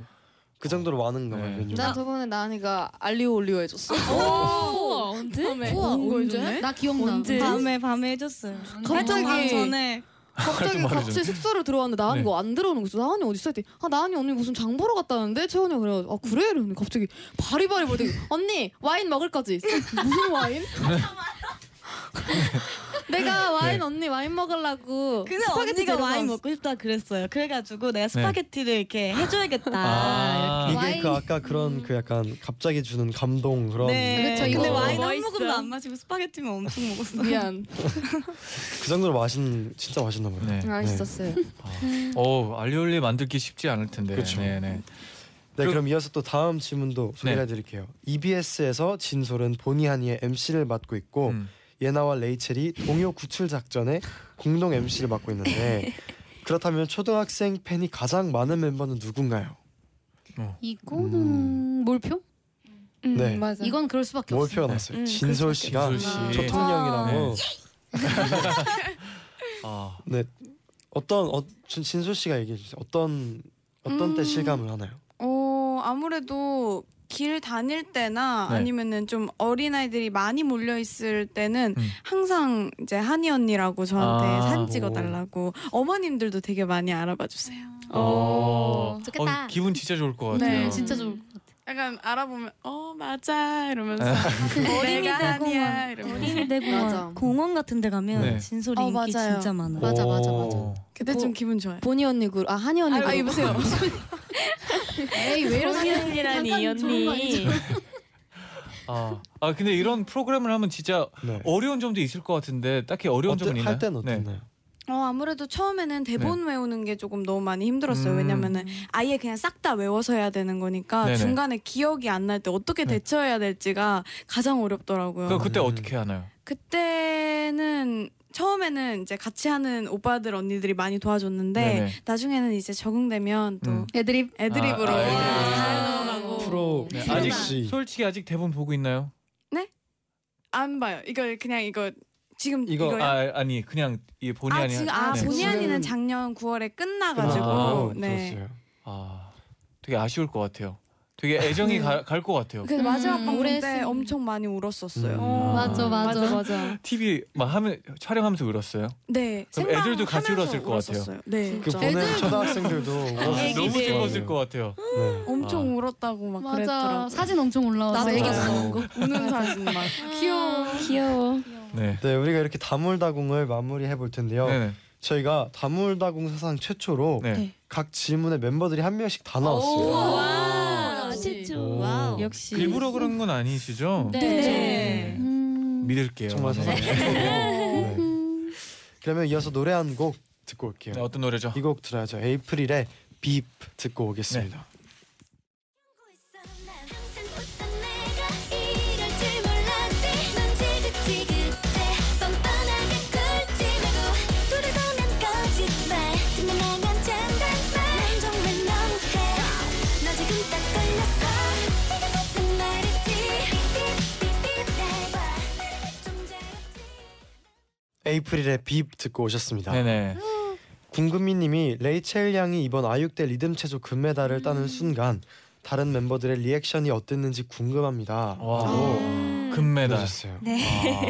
[SPEAKER 2] 그 정도로
[SPEAKER 3] 네.
[SPEAKER 2] 많은가 봐요.
[SPEAKER 6] 음.
[SPEAKER 2] 메뉴가.
[SPEAKER 6] 아.
[SPEAKER 5] 난 저번에 나은이가 알리오 올리오 해줬어
[SPEAKER 7] 오,
[SPEAKER 5] 언제?
[SPEAKER 7] 우와, 언제?
[SPEAKER 6] 나 기억나.
[SPEAKER 5] 언제?
[SPEAKER 7] 밤에 밤에 해줬어요.
[SPEAKER 5] 갑자기.
[SPEAKER 7] 방 전에
[SPEAKER 5] 갑자기
[SPEAKER 7] 아, 말해줘.
[SPEAKER 5] 각자 숙소를 들어왔는데 나은이
[SPEAKER 7] 네.
[SPEAKER 5] 뭐안 들어오는 거지 나은이 어디 있어? 했더니 아 나은이 언니 무슨 장 보러 갔다는데 채원이 가 그래 아 그래 이러는데 갑자기 바리바리 보더니 언니 와인 먹을 거지 무슨 와인?
[SPEAKER 8] 내가 와인
[SPEAKER 7] 네.
[SPEAKER 8] 언니 와인 먹으려고
[SPEAKER 7] 근데
[SPEAKER 8] 스파게티
[SPEAKER 7] 언니가 와인
[SPEAKER 8] 데려가서-
[SPEAKER 7] 먹고 싶다 그랬어요. 그래가지고 내가 스파게티를 이렇게
[SPEAKER 3] 아.
[SPEAKER 7] 해줘야겠다.
[SPEAKER 2] 이게
[SPEAKER 7] 이렇게.
[SPEAKER 2] 그 아까 그런 그 약간 갑자기 주는 감동 그런
[SPEAKER 7] 네.
[SPEAKER 2] 거.
[SPEAKER 7] 근데 와인 한
[SPEAKER 8] 멋있어.
[SPEAKER 7] 모금도 안 마시고 스파게티만 엄청 먹었어.
[SPEAKER 8] 미안.
[SPEAKER 2] 그 정도로 맛있는 진짜 맛있나 봐요.
[SPEAKER 3] 네.
[SPEAKER 7] 맛있었어요.
[SPEAKER 6] 음,
[SPEAKER 3] 어 알리올리 만들기 쉽지 않을 텐데.
[SPEAKER 2] 그쵸.
[SPEAKER 3] 네, 네.
[SPEAKER 2] 네, 그럼 이어서 또 다음 질문도 소개해 드릴게요. EBS에서 진솔은 본의 아니의 MC를 맡고 있고
[SPEAKER 3] 음.
[SPEAKER 2] 예나와 레이첼이 동요 구출 작전에 공동 MC를 맡고 있는데 그렇다면 초등학생 팬이 가장 많은 멤버는 누군가요?
[SPEAKER 6] 이거는
[SPEAKER 3] 음.
[SPEAKER 6] 몰표?
[SPEAKER 1] 음,
[SPEAKER 2] 네.
[SPEAKER 6] 맞아. 이건 그럴 수밖에 음. 없어.
[SPEAKER 2] 월표가 났어요. 진솔 씨가
[SPEAKER 3] 진솔 씨. 네.
[SPEAKER 2] 초통령이라고.
[SPEAKER 3] 아.
[SPEAKER 2] 네. 어떤 어, 진- 진솔 씨가 얘기해 주세요. 어떤 어떤 때
[SPEAKER 1] 음.
[SPEAKER 2] 실감을 하나요?
[SPEAKER 1] 어 아무래도 길 다닐 때나
[SPEAKER 2] 네.
[SPEAKER 1] 아니면은 좀 어린 아이들이 많이 몰려 있을 때는 항상 이제 한이 언니라고 저한테
[SPEAKER 3] 음. 아.
[SPEAKER 1] 사진 찍어 달라고 어머님들도 되게 많이 알아봐 주세요.
[SPEAKER 3] 어,
[SPEAKER 1] 좋겠다.
[SPEAKER 3] 어, 기분 진짜 좋을 것 같아요.
[SPEAKER 1] 네, 진짜 좋을 것 같아. 약간 알아보면 어 맞아 이러면서 그
[SPEAKER 7] 어린이
[SPEAKER 1] 내가
[SPEAKER 7] 대공원.
[SPEAKER 1] 아니야 이러면서
[SPEAKER 7] 어린이 대공원
[SPEAKER 1] 맞아.
[SPEAKER 7] 공원 같은 데 가면
[SPEAKER 1] 네.
[SPEAKER 7] 진솔이
[SPEAKER 1] 어,
[SPEAKER 7] 인기
[SPEAKER 1] 맞아요.
[SPEAKER 7] 진짜 많아.
[SPEAKER 1] 맞아, 맞아,
[SPEAKER 3] 맞아.
[SPEAKER 1] 그때 좀 기분 좋아요.
[SPEAKER 5] 보니 언니 그룹 아 한이 언니
[SPEAKER 1] 아,
[SPEAKER 5] 그룹
[SPEAKER 1] 아, 여보세요.
[SPEAKER 6] 에이 왜 이러세요?
[SPEAKER 5] 본의 아니라니,
[SPEAKER 6] 약간 좋은 거
[SPEAKER 5] 언니.
[SPEAKER 1] 음.
[SPEAKER 6] 아니죠?
[SPEAKER 3] 음. 아, 아 근데 이런 프로그램을 하면 진짜 어려운 점도 있을 것 같은데 딱히 어려운
[SPEAKER 2] 네. 어때-
[SPEAKER 3] 점은 있나요? 네.
[SPEAKER 2] 할 때는
[SPEAKER 3] 어땠나요?
[SPEAKER 1] 어 아무래도 처음에는 대본
[SPEAKER 3] 네.
[SPEAKER 1] 외우는 게 조금 너무 많이 힘들었어요. 왜냐면은 아예 그냥 싹 다 외워서 해야 되는 거니까
[SPEAKER 3] 음. 네네. 네.
[SPEAKER 1] 중간에 기억이 안 날 때 어떻게 대처해야 될지가 가장 어렵더라고요.
[SPEAKER 3] 그
[SPEAKER 6] 네.
[SPEAKER 3] 그때 어떻게 하나요?
[SPEAKER 1] 그때는 처음에는 이제 같이 하는 오빠들 언니들이 많이 도와줬는데
[SPEAKER 3] 네네.
[SPEAKER 1] 나중에는 이제 적응되면 또
[SPEAKER 3] 음.
[SPEAKER 6] 애드립
[SPEAKER 1] 애드립으로
[SPEAKER 3] 아, 아,
[SPEAKER 1] 다 넘어가고
[SPEAKER 3] 프로 네,
[SPEAKER 1] 프로다.
[SPEAKER 3] 아직 솔직히 아직 대본 보고 있나요?
[SPEAKER 1] 안 봐요. 이거 그냥 이거 지금
[SPEAKER 3] 이거
[SPEAKER 1] 이거요?
[SPEAKER 3] 아 아니 그냥 이 본의
[SPEAKER 1] 아
[SPEAKER 3] 아니
[SPEAKER 1] 지금 아
[SPEAKER 3] 네.
[SPEAKER 1] 본의 아니는 작년 9월에 끝나가지고
[SPEAKER 3] 아,
[SPEAKER 1] 네.
[SPEAKER 3] 그렇어요. 아 되게 아쉬울 것 같아요. 되게
[SPEAKER 1] 네.
[SPEAKER 3] 애정이 갈 것 같아요.
[SPEAKER 1] 그
[SPEAKER 7] 음.
[SPEAKER 1] 마지막 방송
[SPEAKER 6] 오래
[SPEAKER 1] 때
[SPEAKER 6] 했으면.
[SPEAKER 1] 엄청 많이 울었었어요.
[SPEAKER 3] 음. 어,
[SPEAKER 6] 맞아, 맞아.
[SPEAKER 1] 맞아 맞아.
[SPEAKER 3] TV 막 하면 촬영하면서 울었어요.
[SPEAKER 1] 네.
[SPEAKER 3] 그럼 애들도 같이
[SPEAKER 1] 생방하면서
[SPEAKER 3] 울었을 것 같아요.
[SPEAKER 1] 울었었어요. 네.
[SPEAKER 2] 그
[SPEAKER 1] 진짜.
[SPEAKER 2] 보는
[SPEAKER 1] 애들
[SPEAKER 2] 초등학생들도
[SPEAKER 3] 아,
[SPEAKER 2] 울었을
[SPEAKER 3] 너무
[SPEAKER 2] 것 같아요.
[SPEAKER 3] 즐거웠을 것 같아요.
[SPEAKER 1] 엄청 울었다고 막
[SPEAKER 6] 맞아.
[SPEAKER 1] 그랬더라고.
[SPEAKER 6] 사진 엄청 올라와서
[SPEAKER 1] 나도
[SPEAKER 3] 아,
[SPEAKER 6] 애기였어.
[SPEAKER 1] 우는 사진 막.
[SPEAKER 10] 아.
[SPEAKER 6] 귀여워.
[SPEAKER 5] 귀여워.
[SPEAKER 3] 네.
[SPEAKER 2] 우리가 이렇게 다물다공을 마무리해 볼 텐데요. 저희가 다물다공 사상 최초로
[SPEAKER 3] 네.
[SPEAKER 2] 각 질문에 멤버들이 한 명씩 다 나왔어요.
[SPEAKER 10] 아,
[SPEAKER 5] 와
[SPEAKER 2] 오.
[SPEAKER 5] 최초 와우 역시 네.
[SPEAKER 3] 일부러 그런 건 아니시죠?
[SPEAKER 7] 네.
[SPEAKER 10] 네.
[SPEAKER 4] 네.
[SPEAKER 3] 믿을게요.
[SPEAKER 2] 정말
[SPEAKER 3] 네.
[SPEAKER 2] 세상 네. 그러면 이어서 노래 한 곡 듣고 올게요.
[SPEAKER 3] 네, 어떤 노래죠?
[SPEAKER 2] 이 곡 들어야죠. 에이프릴의 빕 듣고 오겠습니다. 에이프릴의 빕 듣고 오셨습니다.
[SPEAKER 3] 네네.
[SPEAKER 2] 궁금이님이 레이첼 양이 이번 아육대 리듬 체조 금메달을 따는 순간 다른 멤버들의 리액션이 어땠는지 궁금합니다.
[SPEAKER 3] 와 금메달.
[SPEAKER 10] 네.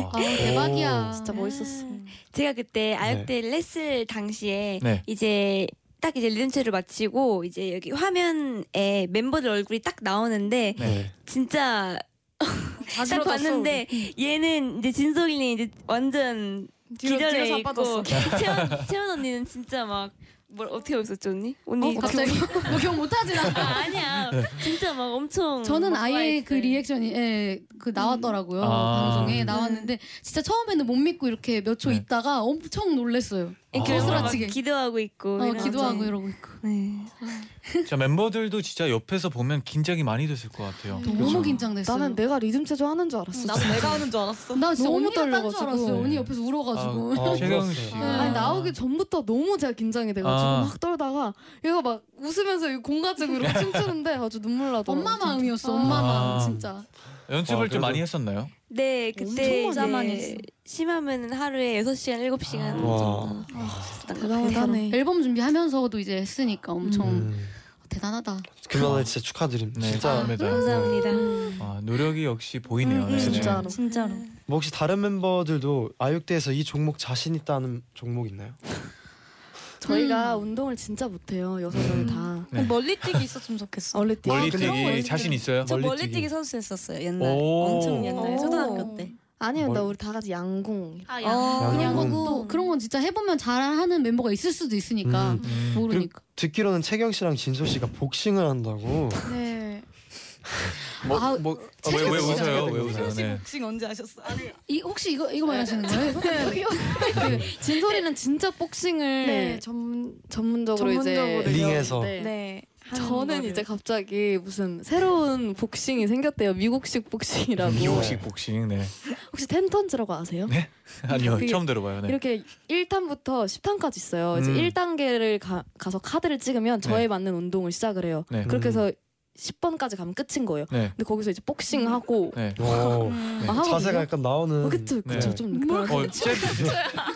[SPEAKER 3] 아.
[SPEAKER 10] 아우,
[SPEAKER 6] 어, 대박이야. 네.
[SPEAKER 10] 진짜 멋있었어. 제가 그때 아역대 레슬 당시에
[SPEAKER 3] 네.
[SPEAKER 10] 이제 딱 이제 리듬체를 마치고 이제 여기 화면에 멤버들 얼굴이 딱 나오는데
[SPEAKER 2] 네.
[SPEAKER 10] 진짜 딱
[SPEAKER 1] 들어갔어,
[SPEAKER 10] 봤는데 얘는 이제 진솔이는 이제 완전
[SPEAKER 1] 뒤로-
[SPEAKER 10] 기절해
[SPEAKER 1] 뒤로
[SPEAKER 10] 있고
[SPEAKER 1] 자빠졌어.
[SPEAKER 10] 채원 채원 언니는 진짜 막뭘 어떻게 하고 있었지 언니? 언니
[SPEAKER 6] 어, 갑자기? 너 기억 못하지 나.
[SPEAKER 10] 아니야 진짜 막 엄청
[SPEAKER 6] 저는
[SPEAKER 10] 막
[SPEAKER 6] 아예 그 리액션이 예, 그 나왔더라고요
[SPEAKER 10] 아.
[SPEAKER 6] 방송에 나왔는데 진짜 처음에는 못 믿고 이렇게 몇
[SPEAKER 10] 네.
[SPEAKER 6] 초 있다가 엄청 놀랐어요.
[SPEAKER 10] 예, 결승을 막
[SPEAKER 6] 결스라치게
[SPEAKER 10] 기도하고 있고
[SPEAKER 6] 어,
[SPEAKER 10] 이러면서.
[SPEAKER 6] 기도하고 이러고 있고.
[SPEAKER 3] 자 아, 멤버들도 진짜 옆에서 보면 긴장이 많이 됐을 것 같아요.
[SPEAKER 6] 너무 긴장됐어요.
[SPEAKER 5] 나는 내가 리듬 체조 하는 줄 알았어.
[SPEAKER 6] 나도 내가
[SPEAKER 5] 하는 줄 알았어.
[SPEAKER 6] 나 진짜
[SPEAKER 5] 너무
[SPEAKER 6] 언니가 딴줄
[SPEAKER 5] 떨려가지고.
[SPEAKER 6] 알았어요. 언니 옆에서 울어가지고.
[SPEAKER 3] 아, 아, 최경 씨.
[SPEAKER 5] 네. 아니 나오기 전부터 너무 제가 긴장이 돼가지고
[SPEAKER 3] 아.
[SPEAKER 5] 막 떨다가 얘가 막 웃으면서 여기 공 가지고 이렇게 춤추는데 아주 눈물 나더라고.
[SPEAKER 6] 엄마 마음이었어.
[SPEAKER 5] 진짜.
[SPEAKER 6] 엄마 마음
[SPEAKER 3] 아.
[SPEAKER 6] 진짜.
[SPEAKER 3] 연습을
[SPEAKER 2] 아,
[SPEAKER 3] 좀
[SPEAKER 2] 그래도-
[SPEAKER 3] 많이 했었나요?
[SPEAKER 10] 네 그때
[SPEAKER 6] 엄청 많이
[SPEAKER 10] 이제
[SPEAKER 6] 했어.
[SPEAKER 10] 심하면 하루에 6시간 7시간
[SPEAKER 1] 아,
[SPEAKER 2] 와.
[SPEAKER 6] 대단하네. 앨범 준비하면서도 이제 했으니까 엄청
[SPEAKER 10] 음.
[SPEAKER 6] 대단하다.
[SPEAKER 2] 금메달 진짜 축하드립니다. 진짜
[SPEAKER 3] 네, 금메달.
[SPEAKER 10] 감사합니다.
[SPEAKER 3] 아, 노력이 역시 보이네요.
[SPEAKER 2] 음, 음,
[SPEAKER 3] 네.
[SPEAKER 2] 진짜로.
[SPEAKER 7] 진짜로.
[SPEAKER 5] 음.
[SPEAKER 2] 뭐 혹시 다른 멤버들도 아육대에서 이 종목 자신 있다는 종목 있나요?
[SPEAKER 5] 저희가 운동을 진짜 못해요 여섯 명이 다.
[SPEAKER 3] 네.
[SPEAKER 7] 멀리뛰기 있었으면 좋겠어.
[SPEAKER 5] 멀리뛰기.
[SPEAKER 3] 멀리뛰기 자신 있어요?
[SPEAKER 7] 저 멀리뛰기 선수 했었어요 옛날.
[SPEAKER 3] 오.
[SPEAKER 7] 엄청 옛날 초등학교 때.
[SPEAKER 11] 아니면 나
[SPEAKER 6] 뭘-
[SPEAKER 11] 우리 다 같이 양궁.
[SPEAKER 6] 아, 그런
[SPEAKER 2] 양궁.
[SPEAKER 6] 거고 그런 건 진짜 해보면 잘하는 멤버가 있을 수도 있으니까
[SPEAKER 2] 음, 음.
[SPEAKER 6] 모르니까.
[SPEAKER 2] 그리고 듣기로는 채경 씨랑 진소 씨가 복싱을 한다고.
[SPEAKER 6] 네. 아,
[SPEAKER 2] 뭐뭐왜
[SPEAKER 3] 왜 웃어요? 왜 웃어요? 네.
[SPEAKER 7] 복싱 언제 하셨어요?
[SPEAKER 6] 이 혹시 이거 이거 말하시는 거예요? 그 이거?
[SPEAKER 7] 네.
[SPEAKER 11] 진솔이는 진짜 복싱을
[SPEAKER 8] 네.
[SPEAKER 11] 전, 전문적으로, 이제
[SPEAKER 8] 전문적으로
[SPEAKER 2] 링에서.
[SPEAKER 11] 네.
[SPEAKER 8] 저는
[SPEAKER 11] 거를.
[SPEAKER 8] 이제 갑자기 무슨 새로운 복싱이 생겼대요. 미국식 복싱이라고.
[SPEAKER 3] 미국식 복싱 네
[SPEAKER 8] 혹시 텐턴즈라고 아세요?
[SPEAKER 3] 네? 아니요
[SPEAKER 8] 그게
[SPEAKER 3] 처음 들어봐요. 네.
[SPEAKER 8] 이렇게 1탄부터 10탄까지 있어요. 이제
[SPEAKER 3] 음.
[SPEAKER 8] 1단계를 가, 가서 카드를 찍으면 저에
[SPEAKER 3] 네.
[SPEAKER 8] 맞는 운동을 시작을 해요.
[SPEAKER 3] 네.
[SPEAKER 8] 그렇게
[SPEAKER 3] 음.
[SPEAKER 8] 해서 10번까지 가면 끝인 거예요.
[SPEAKER 3] 네.
[SPEAKER 8] 근데 거기서 이제 복싱하고
[SPEAKER 3] 네.
[SPEAKER 2] 오.
[SPEAKER 8] 음.
[SPEAKER 2] 네. 자세가 약간 나오는.
[SPEAKER 8] 어, 그쵸, 그쵸. 좀
[SPEAKER 3] 어,
[SPEAKER 8] 그런 거.
[SPEAKER 3] 잽,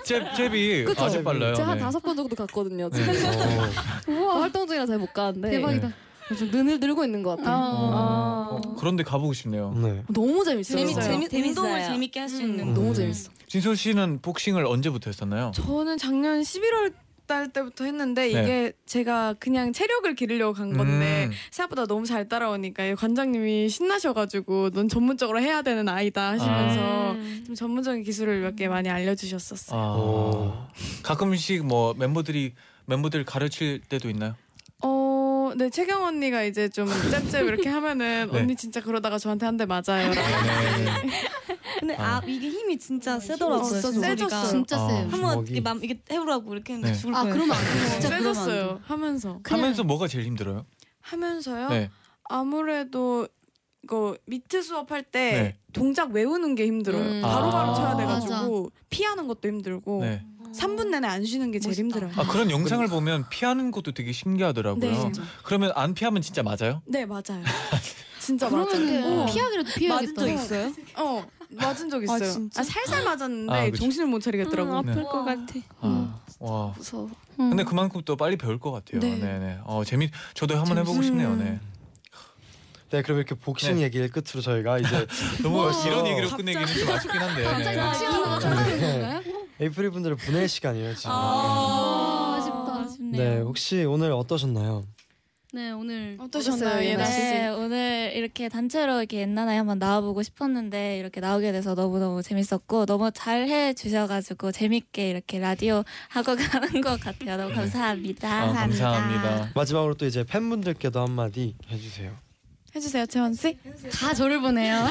[SPEAKER 3] 잽, 잽이
[SPEAKER 8] 그쵸?
[SPEAKER 3] 아주 빨라요.
[SPEAKER 8] 제가 한
[SPEAKER 3] 네.
[SPEAKER 8] 다섯 번 정도 갔거든요.
[SPEAKER 3] 네.
[SPEAKER 8] 지금
[SPEAKER 3] 어.
[SPEAKER 8] 우와. 활동 중이라 잘 못 가는데
[SPEAKER 3] 대박이다.
[SPEAKER 8] 좀 눈을 늘고 있는 것 같아요.
[SPEAKER 3] 어, 그런데 가보고 싶네요.
[SPEAKER 8] 너무 재밌어요.
[SPEAKER 7] 재밌- 재밌-
[SPEAKER 8] 재밌어요.
[SPEAKER 7] 운동을 재밌게 할 수 있는
[SPEAKER 8] 음, 너무 재밌어.
[SPEAKER 3] 진솔 씨는 복싱을 언제부터 했었나요?
[SPEAKER 1] 저는 작년 11월 달 때부터 했는데
[SPEAKER 3] 네.
[SPEAKER 1] 이게 제가 그냥 체력을 기르려고 간 건데 생각보다 너무 잘 따라오니까 관장님이 신나셔가지고 넌 전문적으로 해야 되는 아이다 하시면서
[SPEAKER 7] 음.
[SPEAKER 1] 좀 전문적인 기술을 몇 개 많이 알려주셨었어요.
[SPEAKER 3] 아, 가끔씩 뭐 멤버들이 멤버들 가르칠 때도 있나요?
[SPEAKER 1] 어, 네 채경 언니가 이제 좀 잽잽 이렇게 하면은
[SPEAKER 3] 네.
[SPEAKER 1] 언니 진짜 그러다가 저한테 한 대 맞아요.
[SPEAKER 7] 근데
[SPEAKER 3] 아.
[SPEAKER 7] 아, 이게 힘이 진짜 세더라고요.
[SPEAKER 1] 진짜
[SPEAKER 7] 진짜
[SPEAKER 1] 세졌어요.
[SPEAKER 7] 진짜
[SPEAKER 3] 아,
[SPEAKER 7] 세요. 한번
[SPEAKER 3] 주먹이.
[SPEAKER 7] 이렇게 맘 이렇게 해보라고 이렇게 했는데
[SPEAKER 3] 네.
[SPEAKER 7] 죽을
[SPEAKER 6] 아,
[SPEAKER 7] 뻔했어요.
[SPEAKER 6] 그러면 안 돼요. 진짜 그러면 안
[SPEAKER 1] 세졌어요. 하면서
[SPEAKER 3] 하면서 뭐가 제일 힘들어요?
[SPEAKER 1] 하면서요.
[SPEAKER 3] 네.
[SPEAKER 1] 아무래도 이거 미트 수업할 때
[SPEAKER 3] 네.
[SPEAKER 1] 동작 외우는 게 힘들어요.
[SPEAKER 3] 음.
[SPEAKER 1] 바로바로
[SPEAKER 3] 아.
[SPEAKER 1] 쳐야 돼가지고 피하는 것도 힘들고
[SPEAKER 3] 네.
[SPEAKER 1] 3분 내내 안 쉬는 게 제일 힘들어요.
[SPEAKER 3] 아 그런 영상을 보면 피하는 것도 되게 신기하더라고요.
[SPEAKER 1] 네. 맞아.
[SPEAKER 3] 그러면 안 피하면 진짜 맞아요?
[SPEAKER 1] 네 맞아요. 진짜
[SPEAKER 6] 그러면은 뭐
[SPEAKER 1] 맞아요. 어.
[SPEAKER 6] 피하기라도 피해야겠다.
[SPEAKER 1] 맞은 적 있어요? 어 맞은 적 있어요.
[SPEAKER 6] 아,
[SPEAKER 1] 아,
[SPEAKER 6] 진짜?
[SPEAKER 1] 살살 맞았는데
[SPEAKER 3] 아, 그치.
[SPEAKER 1] 정신을 못 차리겠더라고요.
[SPEAKER 3] 음, 아플 네.
[SPEAKER 1] 것 같아.
[SPEAKER 3] 와.
[SPEAKER 1] 무서워.
[SPEAKER 3] 근데 그만큼 또 빨리 배울 것 같아요.
[SPEAKER 1] 네.
[SPEAKER 3] 네. 네어 재미 저도 한번 해보고 싶네요. 네.
[SPEAKER 2] 네, 그럼 이렇게 복싱 얘기를 끝으로 저희가 이제
[SPEAKER 3] 너무
[SPEAKER 2] 벌써
[SPEAKER 3] 이런 얘기로 끝내기는 좀 아쉽긴 한데. 네.
[SPEAKER 2] 네. 에이프릴 분들을 보낼 시간이에요 지금.
[SPEAKER 6] 아, 아쉽다.
[SPEAKER 2] 네, 혹시 오늘 어떠셨나요?
[SPEAKER 8] 네 오늘
[SPEAKER 1] 어떠셨나요, 예나 씨?
[SPEAKER 8] 네, 오늘 이렇게 단체로 이렇게 옛날에 한번 나와보고 싶었는데 이렇게 나오게 돼서 너무 너무 재밌었고 너무 잘 해 주셔가지고 재밌게 이렇게 라디오 하고 가는 것 같아요. 너무 감사합니다.
[SPEAKER 3] 네. 아, 감사합니다.
[SPEAKER 2] 마지막으로 또 이제 팬분들께도 한마디 해주세요.
[SPEAKER 1] 해주세요 채원 씨.
[SPEAKER 6] 다 저를 보네요.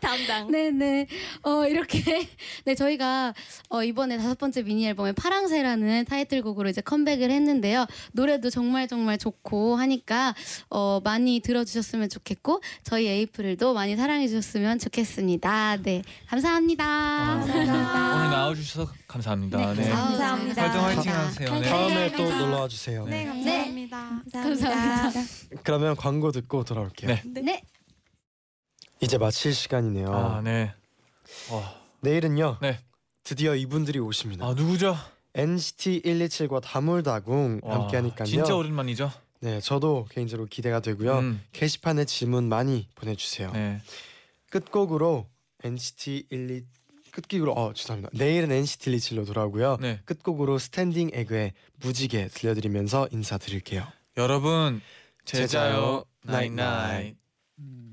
[SPEAKER 11] 담당.
[SPEAKER 6] 네네. 어 이렇게 네 저희가 어, 이번에 다섯 번째 미니 앨범에 파랑새라는 타이틀곡으로 이제 컴백을 했는데요. 노래도 정말 정말 좋고 하니까 어 많이 들어주셨으면 좋겠고 저희 에이프릴도 많이 사랑해 주셨으면 좋겠습니다. 네 감사합니다.
[SPEAKER 3] 오늘 나와주셔서 감사합니다.
[SPEAKER 6] 네, 감사합니다.
[SPEAKER 3] 활동 화이팅 하세요. 네.
[SPEAKER 2] 다음에 또 놀러와 주세요.
[SPEAKER 6] 네, 감사합니다.
[SPEAKER 11] 네, 감사합니다.
[SPEAKER 2] 그러면 광고 듣고 돌아올게요.
[SPEAKER 6] 네.
[SPEAKER 2] 이제 마칠 시간이네요.
[SPEAKER 3] 아 네. 와.
[SPEAKER 2] 내일은요.
[SPEAKER 3] 네.
[SPEAKER 2] 드디어 이분들이 오십니다.
[SPEAKER 3] 아 누구죠?
[SPEAKER 2] NCT 127과 다물다궁
[SPEAKER 3] 와,
[SPEAKER 2] 함께하니까요.
[SPEAKER 3] 진짜 오랜만이죠.
[SPEAKER 2] 네, 저도 개인적으로 기대가 되고요.
[SPEAKER 3] 음. 네.
[SPEAKER 2] 게시판에 질문 많이 보내주세요. 끝곡으로 NCT 127 끝곡으로 어 죄송합니다. 내일은 NCT 127로 돌아오고요.
[SPEAKER 3] 네.
[SPEAKER 2] 끝곡으로 스탠딩 에그의 무지개 들려드리면서 인사드릴게요.
[SPEAKER 3] 여러분 제자요
[SPEAKER 2] 제자요, 나잇나잇.
[SPEAKER 3] 나잇나잇.
[SPEAKER 12] 음.